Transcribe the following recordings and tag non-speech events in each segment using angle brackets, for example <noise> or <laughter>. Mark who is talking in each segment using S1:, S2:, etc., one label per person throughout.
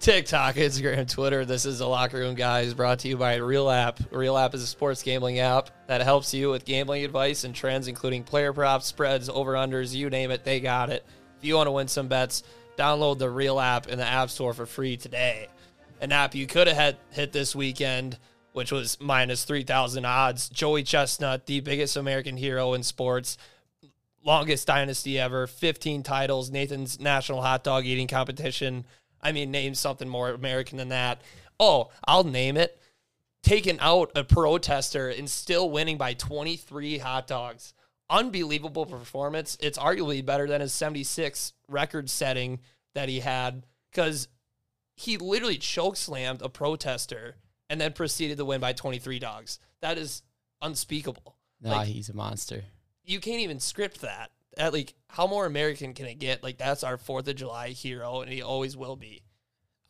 S1: TikTok, Instagram, Twitter. This is the Locker Room Guys brought to you by Real App. Real App is a sports gambling app that helps you with gambling advice and trends, including player props, spreads, over unders, you name it, they got it. If you want to win some bets, download the Real App in the App Store for free today. An app you could have had hit this weekend, which was minus 3,000 odds. Joey Chestnut, the biggest American hero in sports, longest dynasty ever, 15 titles, Nathan's national hot dog eating competition. I mean, name something more American than that. Oh, I'll name it. Taking out a protester and still winning by 23 hot dogs. Unbelievable performance. It's arguably better than his 76 record setting that he had because he literally choke slammed a protester and then proceeded to win by 23 dogs. That is unspeakable.
S2: Nah,
S1: Like-
S2: he's a monster.
S1: you can't even script that. At like, how more American can it get? Like, that's our Fourth of July hero, and he always will be.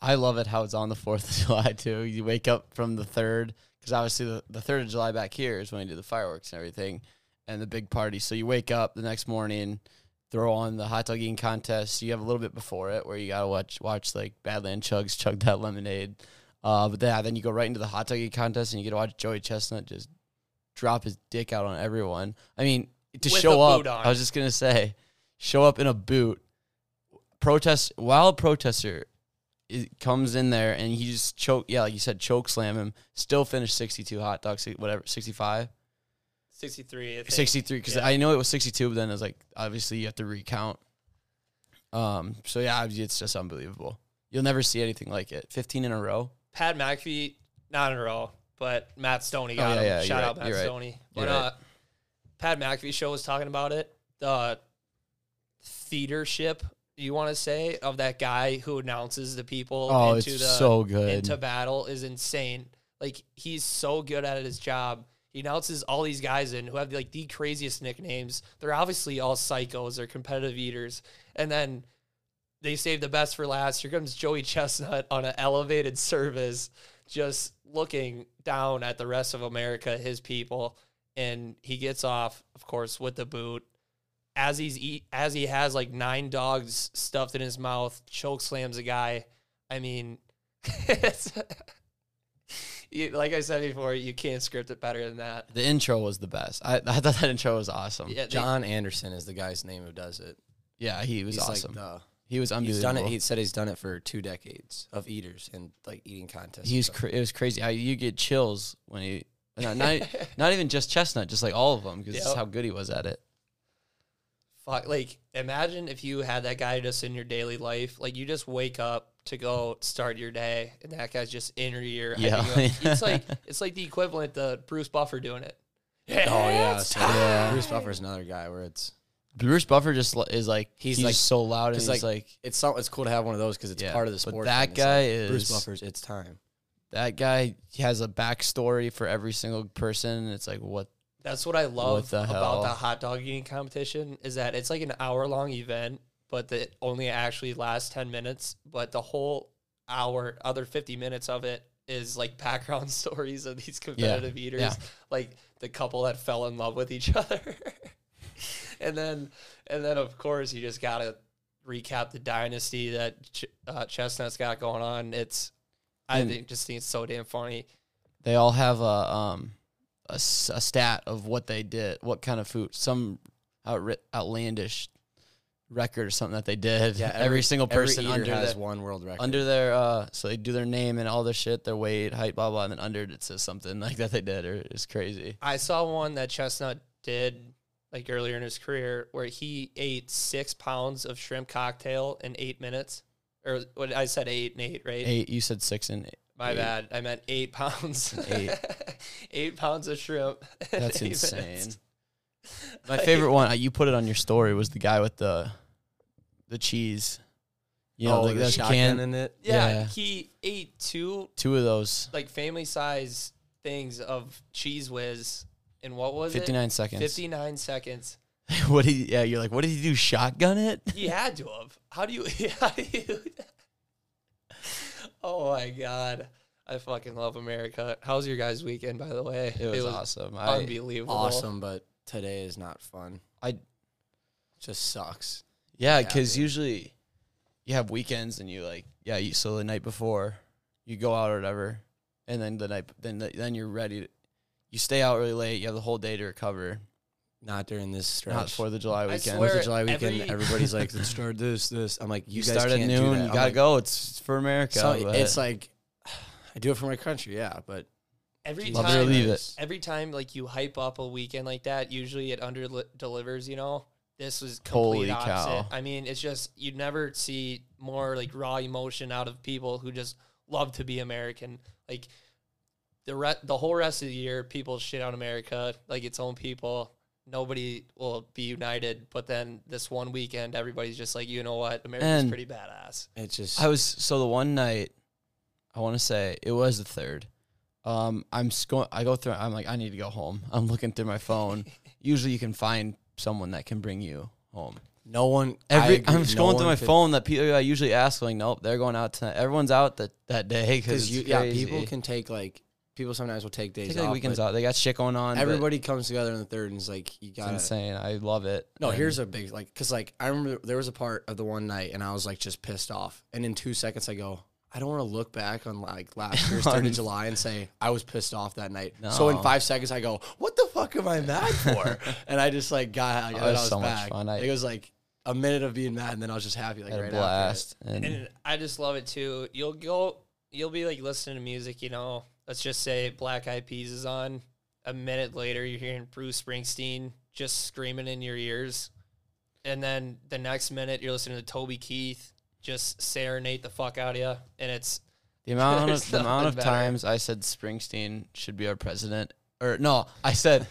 S2: I love it how it's on the 4th of <laughs> July, too. You wake up from the 3rd, because obviously the, the 3rd of July back here is when we do the fireworks and everything and the big party. So you wake up the next morning, throw on the hot dog eating contest. You have a little bit before it where you got to watch, watch like Badland Chugs chug that lemonade. Uh, but then, then you go right into the hot dog eating contest and you get to watch Joey Chestnut just drop his dick out on everyone. I mean, to
S1: With
S2: show
S1: a
S2: up,
S1: boot on.
S2: I was just going to say, show up in a boot, protest, wild protester it comes in there and he just choke. Yeah, like you said, choke slam him. Still finished sixty two hot dogs, si- whatever, sixty five,
S1: Sixty-three. I think.
S2: sixty three. Because
S1: Yeah.
S2: I know it was sixty two, but then it's like obviously you have to recount. Um. So yeah, obviously it's just unbelievable. You'll never see anything like it. Fifteen in a row.
S1: Pat McAfee, not in a row, but Matt Stoney got
S2: Oh, yeah,
S1: him.
S2: yeah,
S1: Shout
S2: you're
S1: out
S2: right,
S1: Matt
S2: you're right,
S1: Stoney. But
S2: you're
S1: uh, Pat McAfee show was talking about it. The theatership, you want to say, of that guy who announces the people
S2: Oh,
S1: into
S2: it's
S1: the
S2: so good.
S1: into battle is insane. Like he's so good at his job. He announces all these guys in who have like the craziest nicknames. They're obviously all psychos. They're competitive eaters, and then they save the best for last. Here comes Joey Chestnut on an elevated service, just looking down at the rest of America, his people, and he gets off, of course, with the boot. As he's eat, as he has like nine dogs stuffed in his mouth, choke slams a guy. I mean, it's, <laughs> you, like I said before, you can't script it better than that.
S2: The intro was the best. I, <laughs> I thought that intro was awesome.
S1: Yeah, they-
S3: John Anderson is the guy's name who does it.
S2: Yeah, he was
S3: He's
S2: awesome.
S3: like the
S2: he was
S3: he's
S2: unbelievable.
S3: done it. He said he's done it for two decades of eaters and like eating contests.
S2: he was cra- it was crazy. How you get chills when he not not, not even just Chestnut, just like all of them, because
S1: Yep.
S2: how good he was at it.
S1: Fuck, like imagine if you had that guy just in your daily life. Like you just wake up to go start your day, and that guy's just in your ear. hyping
S2: Yeah.
S1: you up.
S3: <laughs>
S1: it's like it's like the equivalent to Bruce Buffer doing it.
S3: Oh yeah,
S1: It's
S3: so
S1: time.
S3: Bruce Buffer's another guy where it's
S2: Bruce Buffer just lo- is like he's,
S3: He's
S2: like
S3: like-
S2: so loud and
S3: he's
S2: he's like,
S3: like- it's some, it's cool to have one of those because it's
S2: Yeah,
S3: part of the
S2: but
S3: sport.
S2: that
S3: thing. It's
S2: guy
S3: like, Bruce
S2: is-
S3: Buffer's. It's time.
S2: that guy has a backstory for every single person. And it's like what
S1: That's what I love
S2: What the
S1: about
S2: hell?
S1: the hot dog eating competition is that it's like an hour long event, but that only actually lasts ten minutes. But the whole hour, other fifty minutes of it is like <laughs> background stories of these competitive eaters,
S2: yeah.
S1: like the couple that fell in love with each <laughs> other, and then and then of course you just gotta recap the dynasty that Ch- uh, Chestnut's got going on. It's I
S2: And-
S1: think just think it's so damn funny.
S2: they all have a um a, s- a stat of what they did, what kind of food, some outra- outlandish record or something that they did. <laughs>
S3: Yeah,
S2: every,
S3: every-
S2: single person
S3: Every eater
S2: under
S3: has
S2: that-
S3: one world record.
S2: under their uh so they do their name and all their shit their weight height blah blah and then under it it says something <laughs> like that they did or it's crazy
S1: I saw one that Chestnut did like earlier in his career where he ate six pounds of shrimp cocktail in eight minutes. Or what I said eight and eight, right?
S2: eight you said six and eight.
S1: My
S2: eight.
S1: bad. I meant eight pounds.
S2: Eight.
S1: <laughs> eight pounds of shrimp. <laughs> in
S2: that's
S1: eight
S2: insane
S1: <laughs> minutes.
S2: my favorite one uh, you put it on your story was the guy with the the cheese you know
S3: oh,
S2: like
S3: the
S2: that's
S3: shotgun
S2: can
S3: in it.
S1: Yeah,
S2: Yeah.
S1: he ate two
S2: two of those
S1: like family size things of cheese whiz in what was it?
S2: 59 seconds
S1: 59 seconds.
S2: <laughs> what did he, yeah you're like what did he do shotgun it
S1: He had to have. How do you? <laughs> How do you? oh my god, I fucking love America. How's your guys' weekend, by the way?
S2: it was, awesome I,
S1: unbelievable.
S3: Awesome, but today is not fun.
S2: I
S3: Just sucks.
S2: yeah
S3: Yeah,
S2: because
S3: dude.
S2: usually you have weekends and you like yeah you so the night before you go out or whatever and then the night then the, then you're ready to, you stay out really late you have the whole day to recover
S3: Not during this stretch.
S2: not Fourth of July
S1: I
S2: weekend
S1: swear-
S3: Fourth of July
S1: Every-
S3: weekend, everybody's like, "Let's start this, this." I'm like, "You,
S2: you,
S3: guys
S2: start at
S3: can't
S2: noon
S3: do that."
S2: you
S3: I'm
S2: gotta
S3: like,
S2: go it's, it's for America
S3: So
S2: but
S3: it's like, <sighs> I do it for my country, yeah, but
S1: Every
S2: love it or
S1: time,
S2: leave it
S1: every time like you hype up a weekend like that, usually it under delivers. You know, this was
S2: Holy
S1: complete
S2: cow.
S1: opposite. I mean, it's just you never see more like raw emotion out of people who just love to be American. Like the re- the whole rest of the year, people shit on America like its own people. Nobody will be united, but then this one weekend, everybody's just like, you know what, America's
S2: And-
S1: pretty badass.
S3: it's just
S2: I was so the one night I want to say it was the third. Um, I'm going. I go through. I'm like, I need to go home. <laughs> I'm looking through my
S3: <laughs>
S2: phone. Usually, you can find someone that can bring you home.
S3: no one.
S2: Every
S3: I
S2: I'm
S3: agree,
S2: scrolling
S3: no
S2: through
S3: one
S2: my
S3: could-
S2: phone that people I usually ask like, nope, they're going out tonight. Everyone's out that that day because
S3: you, yeah, people can take like people sometimes will take days
S2: take
S3: off.
S2: like weekends
S3: but
S2: out. They got shit going on. but
S3: Everybody comes together in the third and is like, "You
S2: it's
S3: got to
S2: insane. I love it.
S3: No,
S2: And
S3: here's a big like because like I remember there was a part of the one night and I was like just pissed off, and in two seconds I go, I don't want to look back on
S2: <laughs>
S3: like last year's third of July and say I was pissed off that night. So in
S2: No.
S3: five seconds I go, what the fuck am I mad
S2: <laughs>
S3: for? and I just like got like,
S2: Oh, it
S3: I thought I
S2: was
S3: was
S2: so much
S3: back.
S2: fun. I-
S3: it was like a minute of being mad and then I was just happy like
S2: had
S3: right
S2: a
S3: blast.
S2: blast. And,
S1: And I just love it too. You'll go, you'll be like listening to music, you know. Let's just say Black Eyed Peas is on. A minute later, you're hearing Bruce Springsteen just screaming in your ears, and then the next minute, you're listening to Toby Keith just serenade the fuck out of you, and it's
S2: The amount
S1: There's
S2: of the amount
S1: nothing
S2: of
S1: better.
S2: times I said Springsteen should be our president, or no, I
S3: <laughs>
S2: said,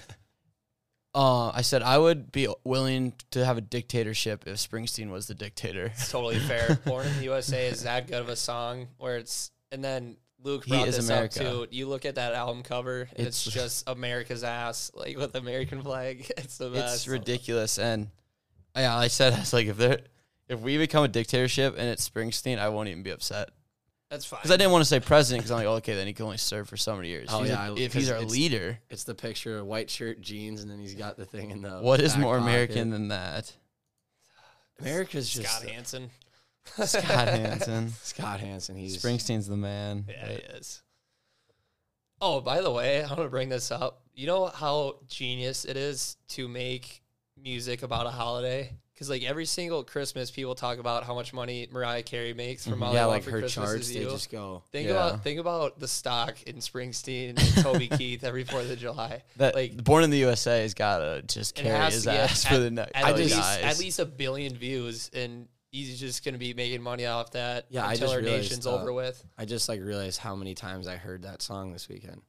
S2: uh, I said I would be willing to have a dictatorship if Springsteen was the dictator.
S1: it's totally fair. Born in the USA is that good of a song where it's, and then Luke
S2: He
S1: brought
S2: is
S1: this
S2: America.
S1: up too. You look at that album cover, and it's,
S2: It's-
S1: just America's ass, like with the American flag. <laughs> It's the best.
S2: <laughs> It's ridiculous, and yeah, I said <laughs> I was like, if there, if we become a dictatorship and it's Springsteen, I won't even be upset
S1: That's fine.
S2: because I didn't want to say president because I'm like, oh, okay, then he can only serve for so many years.
S3: Oh,
S2: He's
S3: yeah,
S2: like,
S3: I-
S2: if he's
S3: 'cause
S2: our
S3: it's-
S2: leader,
S3: It's the picture of white shirt, jeans, and then he's got the thing in the
S2: what is
S3: back
S2: more
S3: pocket.
S2: American than that?
S3: America's just
S1: Scott
S3: Scott, <laughs>
S1: Hansen.
S2: Scott Hansen,
S3: Hansen. He's
S2: Springsteen's the man.
S1: <laughs> Yeah, he is. Oh, by the way, I'm gonna bring this up. You know how genius it is to make music about a holiday? Because like every single Christmas, people talk about how much money Mariah Carey makes from all
S3: Mm-hmm. yeah,
S1: I Want
S3: like
S1: for
S3: her
S1: Christmas
S3: charts.
S1: Is
S3: They
S1: You.
S3: just go.
S1: think
S2: Yeah.
S1: about think about the stock in Springsteen and
S3: <laughs>
S1: Toby Keith every Fourth of July.
S2: That
S1: like
S2: Born in the USA has gotta just
S1: it
S2: carry
S1: has
S2: his
S1: to get
S2: ass
S1: at,
S2: for the next.
S1: at
S2: till he
S1: least
S2: dies.
S1: at least a billion views, and he's just gonna be making money off that.
S3: Yeah, I
S1: until
S3: just
S1: our
S3: realized,
S1: nation's
S3: uh,
S1: over with.
S3: I just like realized how many times I heard that song this weekend.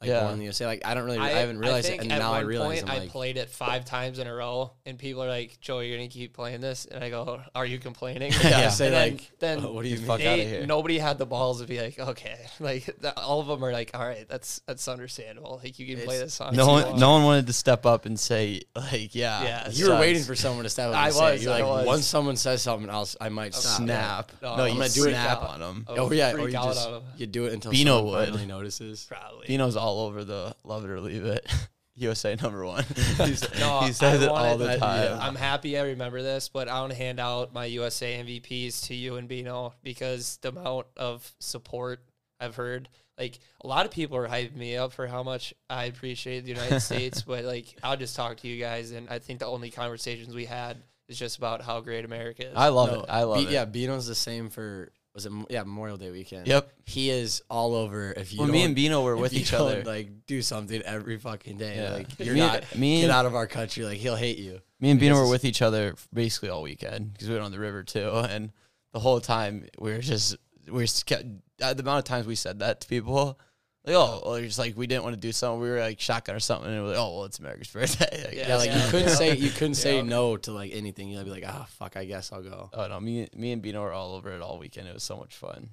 S3: Like
S2: Yeah.
S3: Born in the USA. Like I don't really, I, haven't realized it,
S1: think
S3: and
S1: at
S3: now I
S1: one
S3: realize
S1: point
S3: I'm
S1: I
S3: like,
S1: played it five times in a row, and people are like, "Joe, you're gonna keep playing this?" And I go, "Are you
S3: <laughs>
S1: complaining?"
S2: Yeah.
S1: And
S3: Say
S1: then,
S3: like,
S1: then
S3: "Oh, what do you
S1: they-
S2: fuck outta here."
S1: Nobody had the balls to be like, "Okay," <laughs> like the, all of them are like, "All right, that's that's understandable. Like you can play
S3: It's-
S1: this song."
S2: no
S1: if you
S2: one,
S1: want."
S2: no one wanted to step up and say like, yeah,
S1: Yeah,
S2: it
S1: You
S3: you were
S2: sucks.
S3: waiting for someone to step up.
S1: <laughs>
S3: And
S1: I
S3: say it.
S1: was,
S3: You're
S1: I
S3: like,
S1: was.
S3: once someone says something, I'll, s- I might stop.
S2: snap.
S1: No,
S2: No,
S1: I'm
S2: you
S1: gonna do it
S2: snap
S1: now.
S2: on him.
S1: I would
S3: Oh yeah, or
S1: freak
S3: you
S1: out
S3: just
S1: out of 'em.
S3: you do it until
S2: Beano
S3: someone
S2: would.
S3: finally notices.
S1: probably.
S2: Dino's all over the love it or leave it. <laughs> USA number one. He's-
S1: <laughs> No,
S2: <laughs> he says
S1: I
S2: it all
S1: wanted-
S2: the
S1: I-
S2: time.
S1: I'm happy I remember this, but I want to hand out my USA MVPs to you and Bino because the amount of support I've heard, like a lot of people are hyping me up for how much I appreciate the
S2: <laughs>
S1: United States, but like I'll just talk to you guys, and I think the only conversations we had is just about how great America is.
S2: I love
S3: No,
S2: it. I love
S3: Be-
S2: it.
S3: Yeah, Beano's the same for was it? Mo- Yeah, Memorial Day weekend.
S2: Yep.
S3: he is all over. If you
S2: When
S3: don't,
S2: me and Bino were
S3: if
S2: with
S3: you
S2: each
S3: don't,
S2: other,
S3: like do something every fucking day.
S2: Yeah.
S3: Like you're
S2: Me-
S3: not
S2: me
S3: get
S2: and-
S3: out of our country. Like he'll hate you.
S2: Me and Bino
S3: guess
S2: were
S3: it's-
S2: with each other basically all weekend because we went on the river too, <laughs> and the whole time we were just we were sca- uh, the amount of times we said that to people, like oh, well, just like we didn't want to do something, we were like shotgun or something, and we're like oh, well, it's America's <laughs> birthday. like,
S1: Yeah,
S3: Yeah, like
S1: Yeah.
S3: you couldn't
S1: Yeah.
S3: say you couldn't say
S1: Yeah.
S3: no to like anything. You'd be like, ah, fuck, I guess I'll go.
S2: <laughs> oh no, me me and Bino were all over it all weekend. It was so much fun.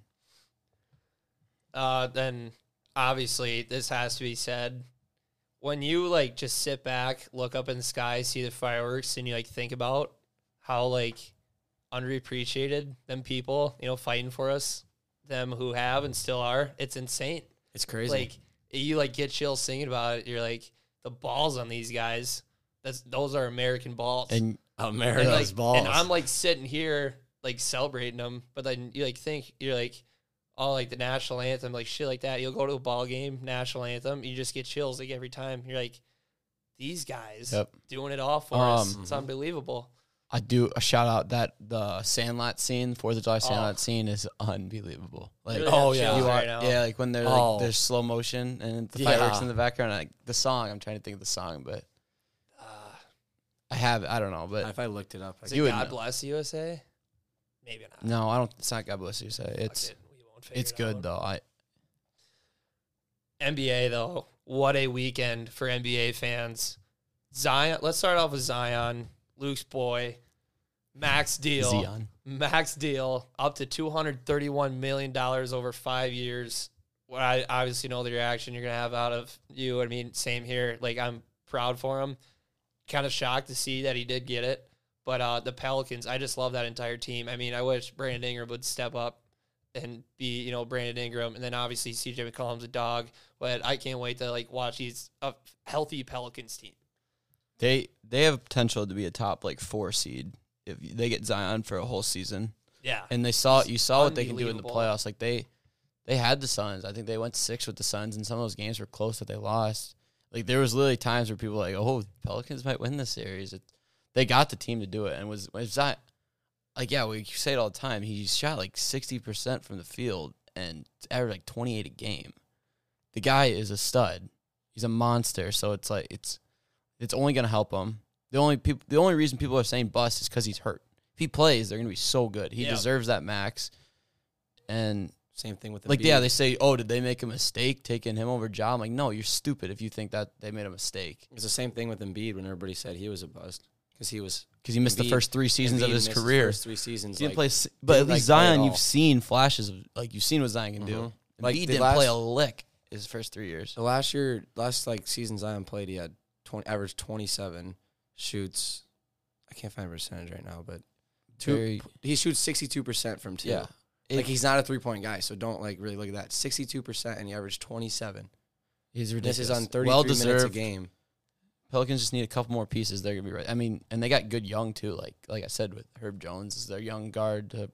S1: uh, then obviously this has to be said. When you like just sit back, look up in the sky, see the fireworks, and you like think about how like underappreciated them people, you know, fighting for us, them who have and still are, it's insane.
S3: It's crazy.
S1: Like you like get chills singing about it. You're like the balls on these guys. That's those are American balls.
S2: And
S3: America's
S1: like,
S3: balls.
S1: And I'm like sitting here, like celebrating them, but then you like think you're like all like the national anthem, like shit like that. You'll go to a ball game, national anthem, you just get chills like every time. You're like, these guys
S2: Yep.
S1: doing it all for us.
S2: Um,
S1: It's unbelievable.
S2: I do a shout out that the Sandlot scene, Fourth of July Sandlot
S1: Oh.
S2: scene is unbelievable. Like
S1: Really have
S3: oh, yeah.
S1: chills
S2: you
S1: right
S2: are-
S1: now.
S2: yeah, like when they're
S3: Oh.
S2: like there's slow motion and the
S3: Yeah.
S2: fireworks in the background. Like the song, I'm trying to think of the song, but
S1: Ah,
S2: I have I don't know, but
S3: If I looked it up, I
S1: is
S2: You
S1: it
S2: would
S1: God
S2: know.
S1: bless USA? Maybe not. Fuck
S2: no, I don't. It's not God bless you. Say it's
S1: it, we won't figure
S2: it's
S1: it
S2: good
S1: out.
S2: though. I
S1: NBA though, what a weekend for NBA fans. Zion, let's start off with Zion, Luke's boy, Max Deal,
S2: Zion.
S1: Max Deal, up to two hundred thirty-one million dollars over five years. What I obviously know the reaction you're gonna have out of you. I mean, same here. Like I'm proud for him. Kind of shocked to see that he did get it, but uh, the Pelicans, I just love that entire team. I mean, I wish Brandon Ingram would step up and be you know Brandon Ingram, and then obviously CJ McCollum's a dog. But I can't wait to like watch these a healthy Pelicans team.
S2: They they have potential to be a top like four seed if they get Zion for a whole season.
S1: Yeah,
S2: And they saw you saw what they can do in the
S1: Unbelievable.
S2: playoffs. Like they they had the Suns. I think they went six with the Suns, and some of those games were close that they lost. Like there was literally times where people were like, oh, Pelicans might win this series. It, they got the team to do it, and was was Zion. Like yeah, we say it all the time. He shot like sixty percent from the field and averaged like twenty eight a game. The guy is a stud. He's a monster. So it's like it's it's only going to help him. The only people, the only reason people are saying bust is because he's hurt. If he plays, they're going to be so good. He
S1: Yeah.
S2: deserves that max. And
S3: same thing with the
S2: like, yeah, they say, oh, did they make a mistake taking him over Ja? I'm like, no, you're stupid if you think that they made a mistake
S3: It was the same thing with Embiid when everybody said he was a bust because he was
S2: because he missed the
S3: Embiid-
S2: first three seasons
S3: Embiid
S2: of his
S3: missed
S2: career.
S3: first three seasons,
S2: He didn't
S3: like,
S2: play, s- but at
S3: didn't, like,
S2: least
S3: play at
S2: Zion, you've
S3: all.
S2: seen flashes of like you've seen what Zion can do.
S3: Mhm.
S2: Like
S3: Like,
S2: he
S3: the
S2: didn't play a
S3: last-
S2: lick his first three years.
S3: So last year, last like season Zion played, he had 20, averaged 27 shoots. I can't find a percentage right now, but two,
S2: Very-
S3: he shoots 62% from two.
S2: yeah, It-
S3: Like he's not a three point guy, so don't like really look at that. 62% and he averaged 27.
S2: he's
S3: This
S2: ridiculous.
S3: is on 33
S2: well
S3: minutes a
S2: deserved.
S3: game.
S2: Pelicans just need a couple more pieces. They're gonna be right. I mean, and they got good young too. Like like I said, with Herb Jones is their young guard. To,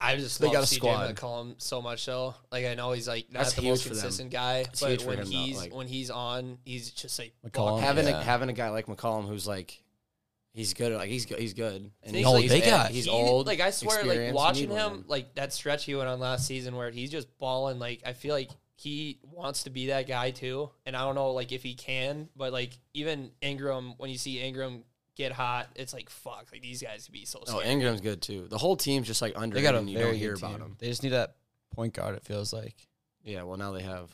S1: I just
S2: They
S1: love
S2: got a
S1: CJ
S2: squad.
S1: McCollum so much. So like I know he's like not
S3: That's
S1: the most
S3: huge for them.
S1: consistent guy,
S3: It's
S1: but
S3: huge for
S1: when
S3: him, though,
S1: he's
S3: like-
S1: when he's on, he's just like
S2: McCollum,
S1: walking.
S3: having
S2: yeah.
S3: a having a guy like McCollum who's like he's good at- like he's good he's good. And
S1: They-
S3: he's,
S1: No,
S3: like,
S2: they
S3: he's,
S2: got-
S3: he's
S1: He-
S3: old.
S1: Like I swear,
S3: experienced, you
S1: like
S3: need
S1: watching
S3: one
S1: him,
S3: of them.
S1: like that stretch he went on last season where he's just balling. Like I feel like he wants to be that guy too, and I don't know like if he can, but like even Ingram, when you see Ingram get hot, it's like fuck, like these guys could be so.
S3: Oh,
S1: scary.
S3: Ingram's good too. The whole team's just like under
S2: they got a
S3: you don't
S2: very
S3: hear
S2: good
S3: about
S2: team.
S3: him.
S2: They just need that point guard. It feels like
S3: Yeah, well now they have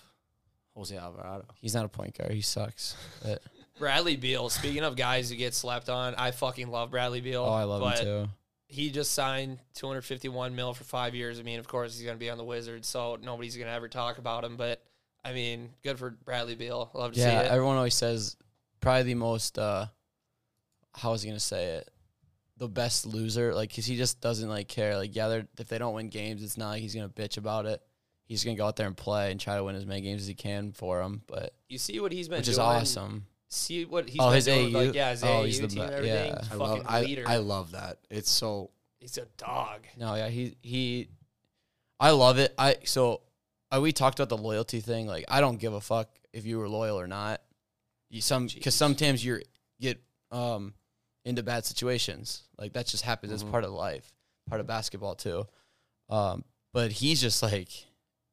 S3: Jose Alvarado.
S2: he's not a point guard. He sucks. But,
S1: Bradley Beal. Speaking of guys who get slept on, I fucking love Bradley Beal.
S2: oh, I love
S1: but
S2: him too.
S1: he just signed 251 mil for five years. I mean, of course, he's going to be on the Wizards, so nobody's going to ever talk about him. But I mean, good for Bradley Beal. Love to
S2: Yeah,
S1: see it.
S2: everyone always says probably the most. uh How was he gonna say it? The best loser, like, cause he just doesn't like care. Like, yeah, they're, if they don't win games, it's not like he's gonna bitch about it. He's gonna go out there and play and try to win as many games as he can for him. But
S1: you see what he's been
S2: which
S1: doing.
S2: is awesome.
S1: See what he's
S2: Oh,
S1: been
S2: his
S1: doing. with,
S2: AAU?
S1: Like, yeah, his
S2: Oh,
S1: AAU
S2: he's the
S1: team and
S2: be-
S1: everything.
S2: yeah.
S1: He's fucking
S3: I love I,
S1: leader.
S3: I love that. It's so
S1: he's a dog.
S2: No, yeah, he he, I love it. I so, I, we talked about the loyalty thing. Like, I don't give a fuck if you were loyal or not. You some
S1: Jeez.
S2: because sometimes you get um into bad situations. Like that just happens. It's
S3: Mhm.
S2: part of life, part of basketball too. Um, but he's just like,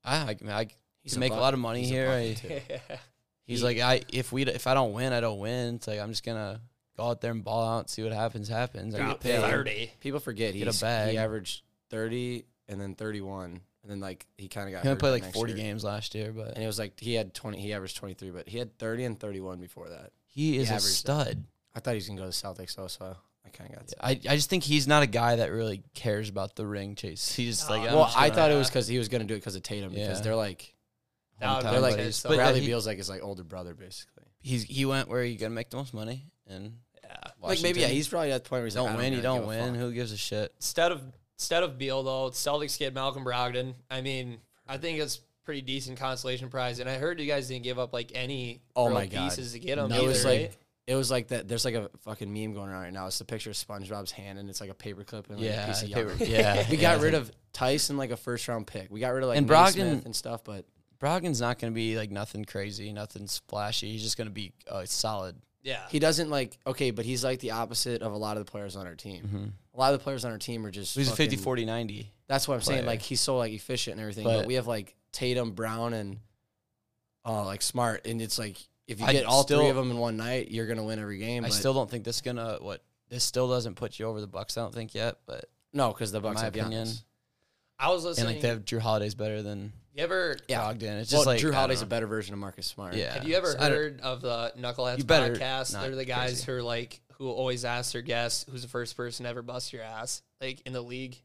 S2: I I, I
S3: He's
S2: can make a lot of money
S3: He's a
S2: here.
S3: buck,
S1: <laughs>
S2: I-
S3: too.
S2: he's
S3: He-
S2: like, I if we d- if I don't win, I don't win. It's like I'm just gonna go out there and ball out, see what happens. Happens. I
S1: Got
S2: get paid.
S1: 30.
S3: People forget
S2: Get a
S3: he's,
S2: bag.
S3: he averaged 30 and then 31 and then like he kind of got
S2: He only
S3: hurt
S2: played
S3: that
S2: like
S3: next
S2: 40
S3: year.
S2: games last year, but
S3: And it was like he had 20 he averaged 23 but he had 30 and 31 before that.
S2: He is a
S3: averaged it.
S2: stud.
S3: I thought he was going to go to Celtics though so I kind of got
S2: I, I just think he's not a guy that really cares about the ring chase. He's just like,
S1: No,
S2: I'm
S1: Yeah,
S3: Well,
S2: just
S3: I
S2: gonna-
S3: thought it was cuz he was going to do it cuz of Tatum because
S2: Yeah.
S3: they're like
S1: That would
S2: hometown
S1: make
S3: they're like
S1: sense,
S2: buddies.
S1: though.
S2: But yeah,
S3: Bradley
S2: he,
S3: Beal's like his like older brother basically.
S2: he's, he went where you're gonna make the most money, and
S3: Like maybe yeah,
S2: Washington.
S3: he's probably at the point where he's
S2: don't
S3: like,
S2: win,
S3: I
S2: you
S3: really
S2: don't
S3: give a
S2: win.
S3: fuck.
S2: Who gives a shit?
S1: Instead of instead of Beal though, Celtics get Malcolm Brogdon. I mean, I think it's pretty decent consolation prize. And I heard you guys didn't give up like any
S3: Oh
S1: real
S3: my God.
S1: pieces to get him.
S2: No,
S1: either,
S3: It was like
S1: right?
S3: it It was like that. There's like a fucking meme going around right now. It's the picture of SpongeBob's hand, and it's like a paperclip and like a
S2: yeah,
S3: piece of
S2: they were-
S3: yarn.
S2: yeah.
S3: <laughs> We
S2: yeah.
S3: got rid of Tyson like a first round pick. We got rid of like
S2: And
S3: and
S2: Brogdon-
S3: and stuff, but
S2: Brogdon's not going to be like nothing crazy, nothing splashy. He's just going to be uh, solid.
S1: Yeah.
S3: he doesn't like okay. But he's like the opposite of a lot of the players on our team. A lot of the players on our team are just
S2: Mm-hmm. He's a
S3: fucking-
S2: 50, 40, 90.
S3: That's what I'm saying.
S2: player.
S3: Like he's so like efficient and everything. But,
S2: But-
S3: we have like Tatum, Brown, and oh, like Smart, and it's like if you
S2: I
S3: get all
S2: still-
S3: three of them in one night, you're gonna win every game.
S2: I
S3: but-
S2: still don't think this gonna what this still doesn't put you over the Bucks. I don't think yet, but
S3: no because the Bucks.
S2: my
S3: have
S2: opinion.
S3: Giannis.
S1: I was
S2: and
S1: listening.
S2: like they have Drew Holiday's better than
S1: you ever
S2: Brogdon. It's
S3: Well,
S2: just like
S3: Drew
S2: I don't
S3: Holiday's a
S2: know.
S3: better version of Marcus Smart.
S2: Yeah.
S1: Have you ever
S2: So I don't-
S1: heard of the Knuckleheads
S2: You better
S1: podcast?
S2: not
S1: They're the guys
S2: crazy.
S1: who are like who always ask their guests who's the first person to ever bust your ass, like in the league.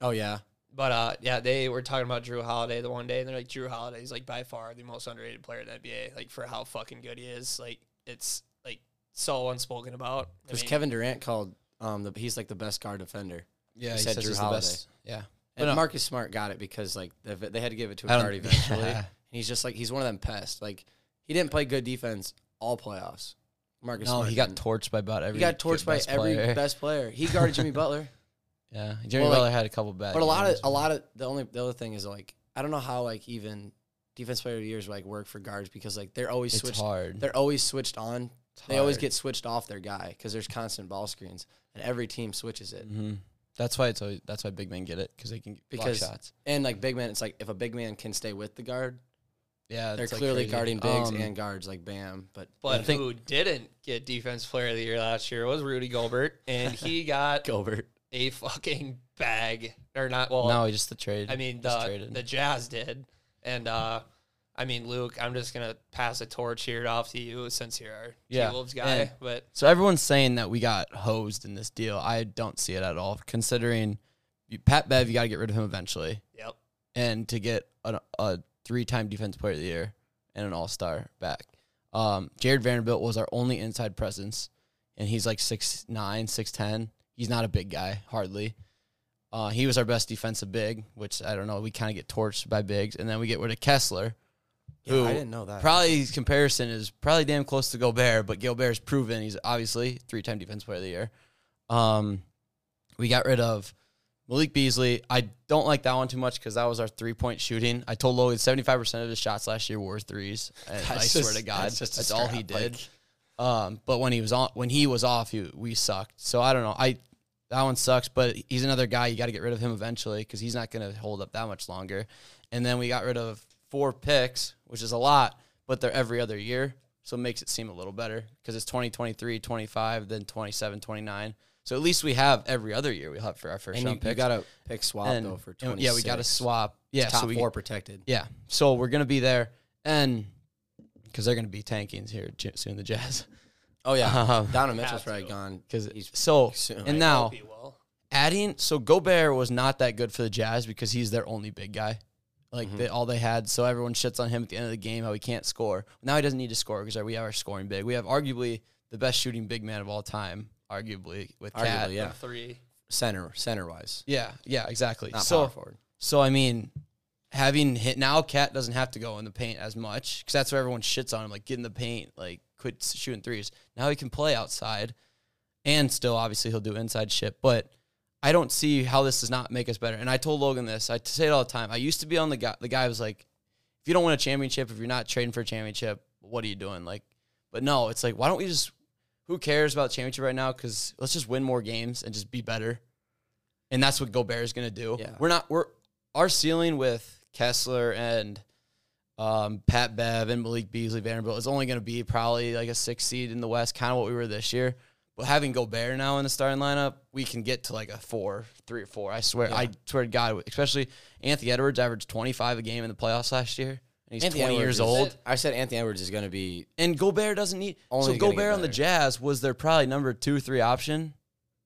S3: Oh yeah.
S1: But uh, yeah, they were talking about Drew Holiday the one day, and they're like, Drew Holiday is like by far the most underrated player in the NBA, like for how fucking good he is. Like it's like so unspoken about. I
S3: Because
S1: mean,
S3: Kevin Durant called um the, he's like the best guard defender.
S2: Yeah,
S3: he
S2: he
S3: said
S2: says
S3: Drew
S2: he's the
S3: Holiday.
S2: best. Yeah,
S3: And
S2: But no.
S3: Marcus Smart got it because like they, they had to give it to a
S2: I don't- <laughs>
S3: guard eventually.
S2: Yeah.
S3: And he's just like he's one of them pests. Like he didn't play good defense all playoffs. Marcus
S2: No,
S3: Smart
S2: he got
S3: didn't.
S2: torched by about every.
S3: he got torched
S2: good
S3: by
S2: best
S3: every
S2: player.
S3: best player. He
S2: <laughs>
S3: guarded Jimmy Butler.
S2: Yeah, Jimmy
S3: Well, like-
S2: Butler had a couple bad.
S3: But a lot of
S2: games.
S3: a lot of the only the other thing is like I don't know how like even defense player of the years like work for guards because like they're always
S2: it's
S3: switched
S2: hard.
S3: they're always switched on.
S2: It's
S3: They always
S2: hard.
S3: get switched off their guy because there's constant ball screens and every team switches it.
S2: Mhm. That's why it's always, that's why big men get it because they can block
S3: Because-
S2: shots.
S3: And like big man, it's like if a big man can stay with the guard,
S2: Yeah,
S3: they're
S2: it's, like,
S3: clearly
S2: crazy.
S3: guarding bigs
S2: Um,
S3: and guards like Bam. But
S1: But
S2: I think-
S1: who didn't get Defense Player of the Year last year was Rudy Gobert, and
S2: <laughs>
S1: he got
S3: Gobert,
S1: a fucking bag, or not? Well,
S2: no, just the trade.
S1: I mean
S2: Just
S1: the
S2: traded.
S1: the Jazz did, and uh, I mean Luke, I'm just gonna pass a torch here off to you since you're our
S2: Yeah,
S1: Wolves guy.
S2: and-
S1: but
S2: So everyone's saying that we got hosed in this deal. I don't see it at all, considering you, Pat Bev. You got to get rid of him eventually,
S1: yep,
S2: and to get a, a three-time Defense Player of the Year and an All-Star back. Um, Jared Vanderbilt was our only inside presence, and he's like six nine, six ten. He's not a big guy, hardly. Uh, he was our best defensive big, which I don't know. We kind of get torched by bigs, and then we get rid of Kessler.
S3: Yeah, I didn't know that.
S2: Probably his comparison is probably damn close to Gobert, but Gobert's proven he's obviously three time defense player of the year. Um, we got rid of Malik Beasley. I don't like that one too much because that was our three point shooting. I told Logan seventy five percent of his shots last year were threes. And I
S3: <laughs> That's
S2: swear
S3: just-
S2: to God,
S3: that's
S2: that's,
S3: just a
S2: all he
S3: scrap,
S2: did. um, but when he was on, when he was off, he, we sucked. So I don't know. I that one sucks, but he's another guy. You got to get rid of him eventually because he's not going to hold up that much longer. And then we got rid of four picks, which is a lot, but they're every other year. So it makes it seem a little better because it's 2023, 25, then 27, 29. So at least we have every other year we have for our first
S3: and
S2: round
S3: you, you
S2: picks.
S3: got to pick swap
S2: And-
S3: though for
S2: and,
S3: 26.
S2: yeah, we got to swap. Yeah,
S3: top
S2: so we,
S3: four protected.
S2: yeah. So we're going to be there. And because they're going to be tanking here j- soon, the Jazz. <laughs>
S3: Oh yeah,
S2: Um,
S3: Donovan Mitchell's
S1: to.
S3: probably gone
S2: Because
S3: he's
S2: so
S3: soon,
S2: and
S3: right?
S2: now
S1: hope oh, he will.
S2: adding so Gobert was not that good for the Jazz because he's their only big guy. Like they, all they had, so everyone shits on him at the end of the game how he can't score. Now he doesn't need to score because we have our scoring big. We have arguably the best shooting big man of all time, arguably with Cat.
S3: arguably
S2: Yeah.
S3: yeah
S1: Three.
S3: center center wise
S2: yeah, exactly.
S3: not
S2: so
S3: power forward.
S2: so I mean, having hit now, Cat doesn't have to go in the paint as much because that's where everyone shits on him. Like get in the paint, like quit s- shooting threes. Now he can play outside, and still obviously he'll do inside shit. But I don't see how this does not make us better. And I told Logan this. I say it all the time. I used to be on the guy. The guy was like, if you don't win a championship, if you're not trading for a championship, what are you doing? Like, but no, it's like why don't we just who cares about championship right now? Because let's just win more games and just be better. And that's what Gobert is going to do.
S3: Yeah.
S2: We're not, we're, our ceiling with Kessler and um, Pat Bev and Malik Beasley Vanderbilt is only going to be probably like a six seed in the West, kind of what we were this year. But having Gobert now in the starting lineup, we can get to like a four, three or four. I swear, I swear to God, especially Anthony Edwards averaged 25 a game in the playoffs last year. And he's 20 years
S3: Edwards is-
S2: old.
S3: I said Anthony Edwards is going to be
S2: And Gobert doesn't need.
S3: Only
S2: so
S3: gonna get
S2: Gobert on the
S3: better.
S2: Jazz was their probably number two, three option.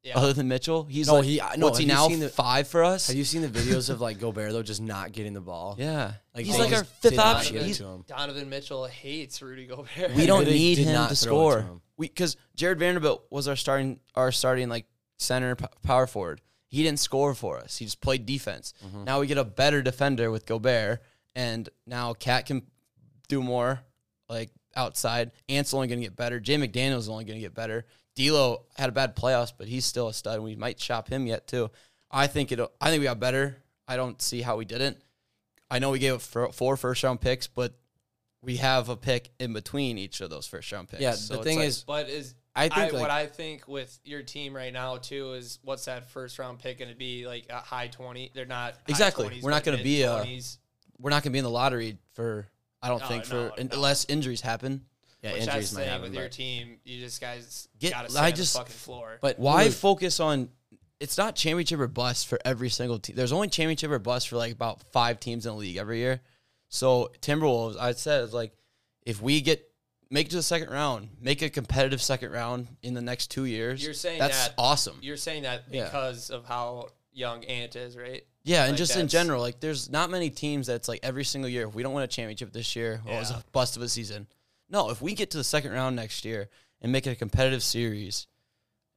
S1: Yeah.
S2: Other than Mitchell, he's
S3: No,
S2: like,
S3: he- I- no,
S2: what's he
S3: have you
S2: now
S3: seen the-
S2: five for us?
S3: Have you seen the videos of like Gobert though just not getting the ball?
S2: yeah,
S3: Like,
S2: he's
S3: they
S2: like our
S3: just
S2: fifth
S3: did not
S2: option.
S3: give it
S2: He's-
S3: to him.
S1: Donovan Mitchell hates Rudy Gobert.
S2: we don't
S3: They
S2: need
S3: did
S2: him
S3: not
S2: to
S3: throw it
S2: score.
S3: to him.
S2: We because Jared Vanderbilt was our starting our starting like center p- power forward. He didn't score for us. He just played defense.
S3: Mm-hmm.
S2: Now we get a better defender with Gobert, and now Cat can do more. Like outside. Ant's only going to get better. Jay McDaniel's only going to get better. D'Lo had a bad playoffs, but he's still a stud. and We might shop him yet too. I think it. I think we got better. I don't see how we didn't. I know we gave up fir- four first round picks, but we have a pick in between each of those first round picks.
S3: Yeah,
S2: So
S3: the
S2: it's
S3: thing
S2: like-
S3: is,
S1: <laughs> But is
S3: I think, like-
S1: what I think with your team right now too is what's that first round pick going to be like a high twenty? They're not high
S2: Exactly.
S1: 20s,
S2: We're not
S1: but
S2: gonna be uh, a-
S1: mid-20s,
S2: we're not going to be in the lottery for. I don't
S1: No,
S2: think
S1: no,
S2: for
S1: no.
S2: unless injuries happen.
S3: Yeah,
S1: Which that's
S3: injuries
S1: the
S3: might
S1: thing
S3: happen.
S1: with your
S3: but-
S1: team. You just guys
S2: Get-
S1: got to
S2: I
S1: stay on
S2: just-
S1: the fucking floor.
S3: But
S2: Why
S3: Luke,
S2: focus on? It's not championship or bust for every single team. There's only championship or bust for like about five teams in the league every year. So Timberwolves, I said, it's like if we get make it to the second round, make a competitive second round in the next two years.
S1: You're saying
S2: that's
S1: that-
S2: awesome.
S1: You're saying that
S2: Yeah.
S1: because of how young Ant is, right?
S2: yeah, and
S1: like
S2: just in
S1: that's-
S2: general, like there's not many teams that's like every single year. If we don't win a championship this year, well, it was
S1: Yeah.
S2: a bust of a season. No, if we get to the second round next year and make it a competitive series,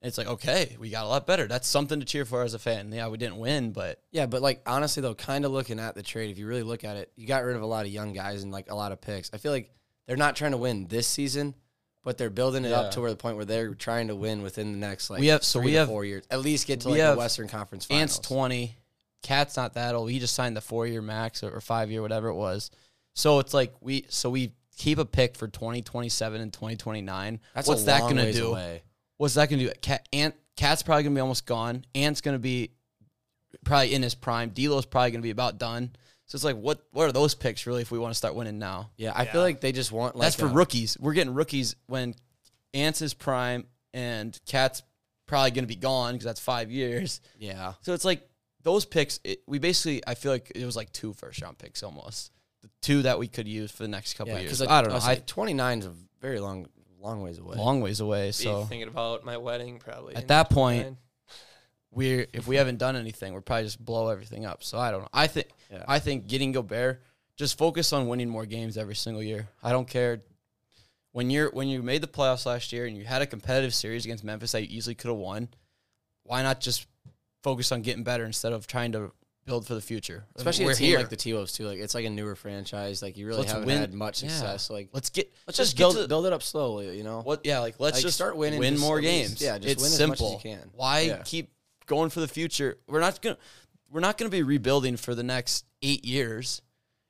S2: it's like okay, we got a lot better. That's something to cheer for as a fan. Yeah, we didn't win, but
S3: Yeah, but like honestly though, kind of looking at the trade, if you really look at it, you got rid of a lot of young guys and like a lot of picks. I feel like they're not trying to win this season, but they're building it
S2: Yeah.
S3: up to where the point where they're trying to win within the next like
S2: We have- so
S3: three
S2: we
S3: to
S2: have-
S3: four years, at least get to
S2: we
S3: like the
S2: have
S3: Western Conference Finals.
S2: Ant's twenty, Cat's not that old. He just signed the four year max or, or five year, whatever it was. So it's like we so we keep a pick for twenty twenty seven and twenty twenty nine.
S3: That's
S2: What's
S3: a
S2: that
S3: long
S2: gonna
S3: ways
S2: do?
S3: away.
S2: What's that gonna do? Cat Ant Cat's probably gonna be almost gone. Ant's gonna be probably in his prime. D'Lo's probably gonna be about done. So it's like what what are those picks really if we want to start winning now?
S3: Yeah, I
S1: Yeah.
S3: feel like they just want like uh,
S2: That's for
S3: a-
S2: rookies. We're getting rookies when Ant's is prime and Cat's probably gonna be gone because that's five years.
S3: Yeah,
S2: So it's like those picks. It, we basically, I feel like it was like two first round picks almost, the two that we could use for the next couple
S3: yeah.
S2: years.
S3: Because like,
S2: I don't know.
S3: was
S2: I
S3: like, 29 is a very long, long ways away.
S2: long ways away.
S1: Be
S2: So
S1: thinking about my wedding probably.
S2: at
S1: in
S2: that
S1: <laughs>
S2: point,
S1: 29.
S2: we're if we haven't done anything, we're probably just blow everything up. So I don't know. I think
S3: Yeah.
S2: I think getting Gobert, just focus on winning more games every single year. I don't care. When you're when you made the playoffs last year and you had a competitive series against Memphis that you easily could have won, why not just focus on getting better instead of trying to build for the future?
S3: Especially
S2: we're
S3: a team
S2: here.
S3: like the T-Wolves too. Like it's like a newer franchise. Like you really
S2: Let's
S3: haven't
S2: win-
S3: had much
S2: yeah.
S3: success. Like
S2: Let's get
S3: let's just
S2: build
S3: build build it up slowly. You know.
S2: what yeah, like let's
S3: Like,
S2: just
S3: start winning
S2: win
S3: just
S2: more
S3: at least-
S2: games.
S3: yeah, just
S2: it's
S3: win as much as
S2: simple.
S3: you can.
S2: Why
S3: Yeah.
S2: keep going for the future? We're not gonna we're not gonna be rebuilding for the next eight years.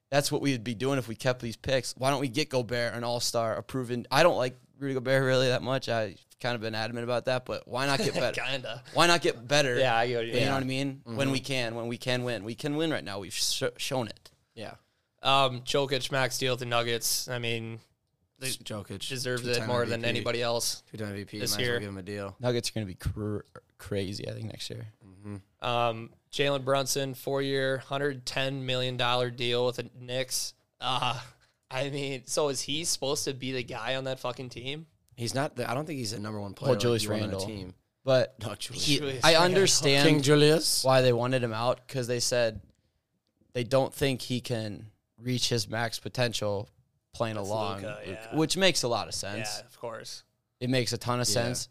S2: That's what we'd be doing if we kept these picks. Why don't we get Gobert, an all star, a proven I don't like Rudy Gobert really that much. I've kind of been adamant about that, but why not
S3: <laughs>
S2: get better?
S1: kinda.
S2: why not get better?
S1: Yeah, I get what you
S2: You
S1: mean.
S2: know what I mean? When
S3: Mm-hmm.
S2: we can, when we can win. We can win right now. We've sh- shown it.
S3: Yeah.
S1: Um, Jokic, Max Deal, the Nuggets. I mean, they
S3: Jokic
S1: deserves it
S3: two-time
S1: more than
S3: MVP.
S1: anybody else.
S3: Two-time MVP.
S1: this
S3: might as
S1: year.
S3: well give him a deal.
S2: Nuggets are going to be cr- crazy, I think, next year.
S1: Um, Jalen Brunson, four year, hundred ten million dollar deal with the Knicks. Uh I mean, so is he supposed to be the guy on that fucking team?
S3: He's not. The, I don't think he's the number one player.
S2: Julius
S3: you want on a
S2: Randle.
S3: team.
S2: But
S3: <laughs> Not Julius.
S2: he-
S1: Julius
S2: I
S1: Randle.
S2: understand
S3: King Julius.
S2: why they wanted him out because they said they don't think he can reach his max potential playing along,
S1: Luka, yeah.
S2: which makes a lot of
S1: Yeah,
S2: sense.
S1: of course.
S2: It makes a ton of
S3: Yeah.
S2: sense.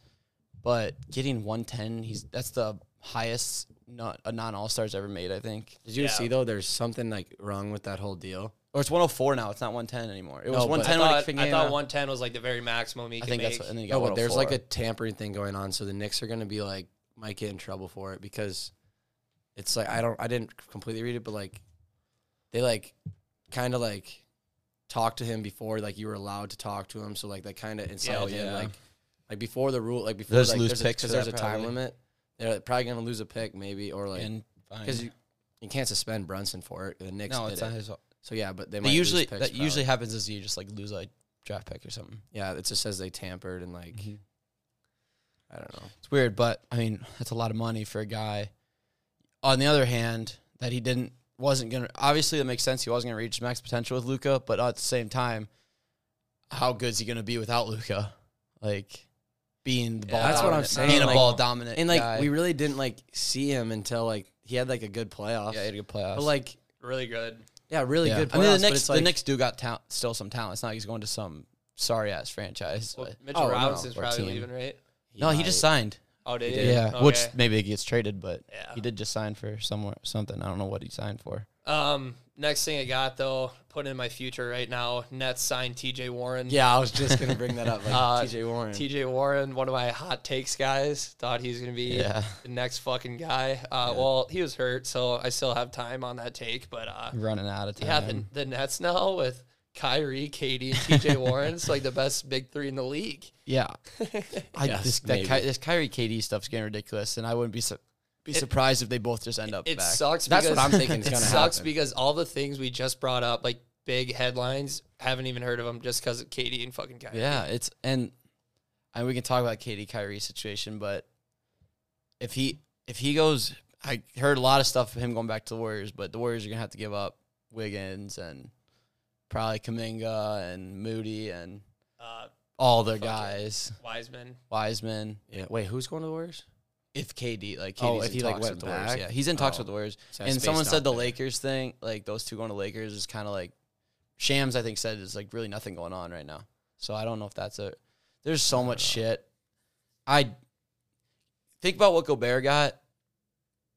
S2: But getting 110, he's that's the highest not, a non All Stars ever made, I think.
S3: Did you
S1: Yeah.
S3: see though? There's something like wrong with that whole deal.
S2: Or it's 104 now. It's not 110 anymore. It was
S3: No, but-
S1: I
S2: 110 when
S1: thought,
S2: it came
S1: I thought
S2: out.
S1: 110 was like the very maximum he
S2: I
S1: could
S2: think
S1: make.
S2: that's and then you got
S3: No, but Oh, there's like a
S2: 104.
S3: tampering thing going on, so the Knicks are going to be like might get in trouble for it because it's like I don't I didn't completely read it, but like they like kind of like talked to him before like you were allowed to talk to him, so like that kind of incited
S2: Oh, yeah.
S3: him like like before the rule like before
S2: There's
S3: like
S2: loose
S3: there's
S2: picks
S3: because
S2: for
S3: there's
S2: that
S3: a time
S2: probably.
S3: limit. They're probably going to lose a pick maybe or like
S2: And
S3: because
S2: fine.
S3: you, you can't suspend Brunson for it. The Knicks
S2: no,
S3: did
S2: it's
S3: it.
S2: not his.
S3: so yeah, but they,
S2: They
S3: might
S2: usually
S3: lose picks
S2: that
S3: probably.
S2: usually happens is you just like lose a draft pick or something.
S3: yeah it just says they tampered and like
S2: Mhm.
S3: I don't know
S2: It's weird, but I mean, that's a lot of money for a guy. On the other hand, that he didn't wasn't gonna obviously that makes sense. He wasn't gonna reach his max potential with Luca, but at the same time, how good is he gonna be without Luca? Like being the ball.
S1: Yeah, that's what I'm
S2: dominant-
S1: saying,
S2: Being a
S1: like-
S2: ball dominant
S3: and like
S2: guy.
S3: we really didn't like see him until like he had like a good playoff.
S2: yeah, he had a good playoffs.
S3: but like
S1: really good.
S3: yeah, really
S2: Yeah.
S3: good. Playoffs,
S2: I mean, the
S3: but
S2: Knicks
S3: it's like,
S2: the Knicks do got talent, still some talent. It's not like he's going to some sorry ass franchise.
S1: Well,
S2: but-
S1: Mitchell
S3: oh, no,
S1: Robinson's
S2: or
S1: probably
S2: team.
S1: leaving, right?
S2: no, he just signed.
S1: Oh, did
S2: Yeah,
S1: he?
S2: which
S1: Okay.
S2: maybe he gets traded, but
S1: Yeah.
S2: he did just sign for somewhere something. I don't know what he signed for.
S1: Um, next thing I got though, putting in my future right now. Nets signed T.J. Warren.
S3: Yeah, I was just gonna bring that
S2: <laughs>
S3: up. Like
S1: Uh,
S3: T.J. Warren.
S1: T.J. Warren, one of my hot takes guys, thought he's gonna be
S2: Yeah.
S1: the next fucking guy. Uh, well, he was hurt, so I still have time on that take. But uh,
S2: running out of time.
S1: yeah, the, the Nets now with Kyrie, Katie, and
S2: <laughs>
S1: T.J. Warren, it's like the best big three in the league. <laughs>
S2: Yeah. I,
S3: Yes,
S2: this, that
S3: maybe.
S2: Ky- this Kyrie KD stuff's getting ridiculous, and I wouldn't be su- be
S1: It-
S2: surprised if they both just end up
S1: It
S2: back.
S1: sucks.
S3: That's what
S1: because-
S3: I'm thinking
S1: <laughs>
S3: is
S1: it
S3: gonna
S1: sucks
S3: happen.
S1: because all the things we just brought up, like big headlines, haven't even heard of them just because of Katie and fucking Kyrie.
S2: yeah, it's and and we can talk about KD Kyrie situation, but if he if he goes, I heard a lot of stuff of him going back to the Warriors, but the Warriors are gonna have to give up Wiggins and probably Kaminga and Moody and
S1: Uh,
S2: all their
S1: Fuck yeah.
S2: guys,
S1: Wiseman.
S2: Wiseman.
S3: yeah. Wait, who's going to the Warriors?
S2: If KD like KD's
S3: Oh, if
S2: in
S3: he, like,
S2: talks
S3: went
S2: with the Warriors,
S3: back?
S2: yeah, he's in talks
S3: Oh.
S2: with the Warriors.
S3: So
S2: and
S3: that's
S2: someone
S3: based
S2: said
S3: off
S2: the
S3: their-
S2: Lakers thing, like those two going to Lakers is kind of like Shams. I think said is like really nothing going on right now. So I don't know if that's a. There's so much shit. I think about what Gobert got.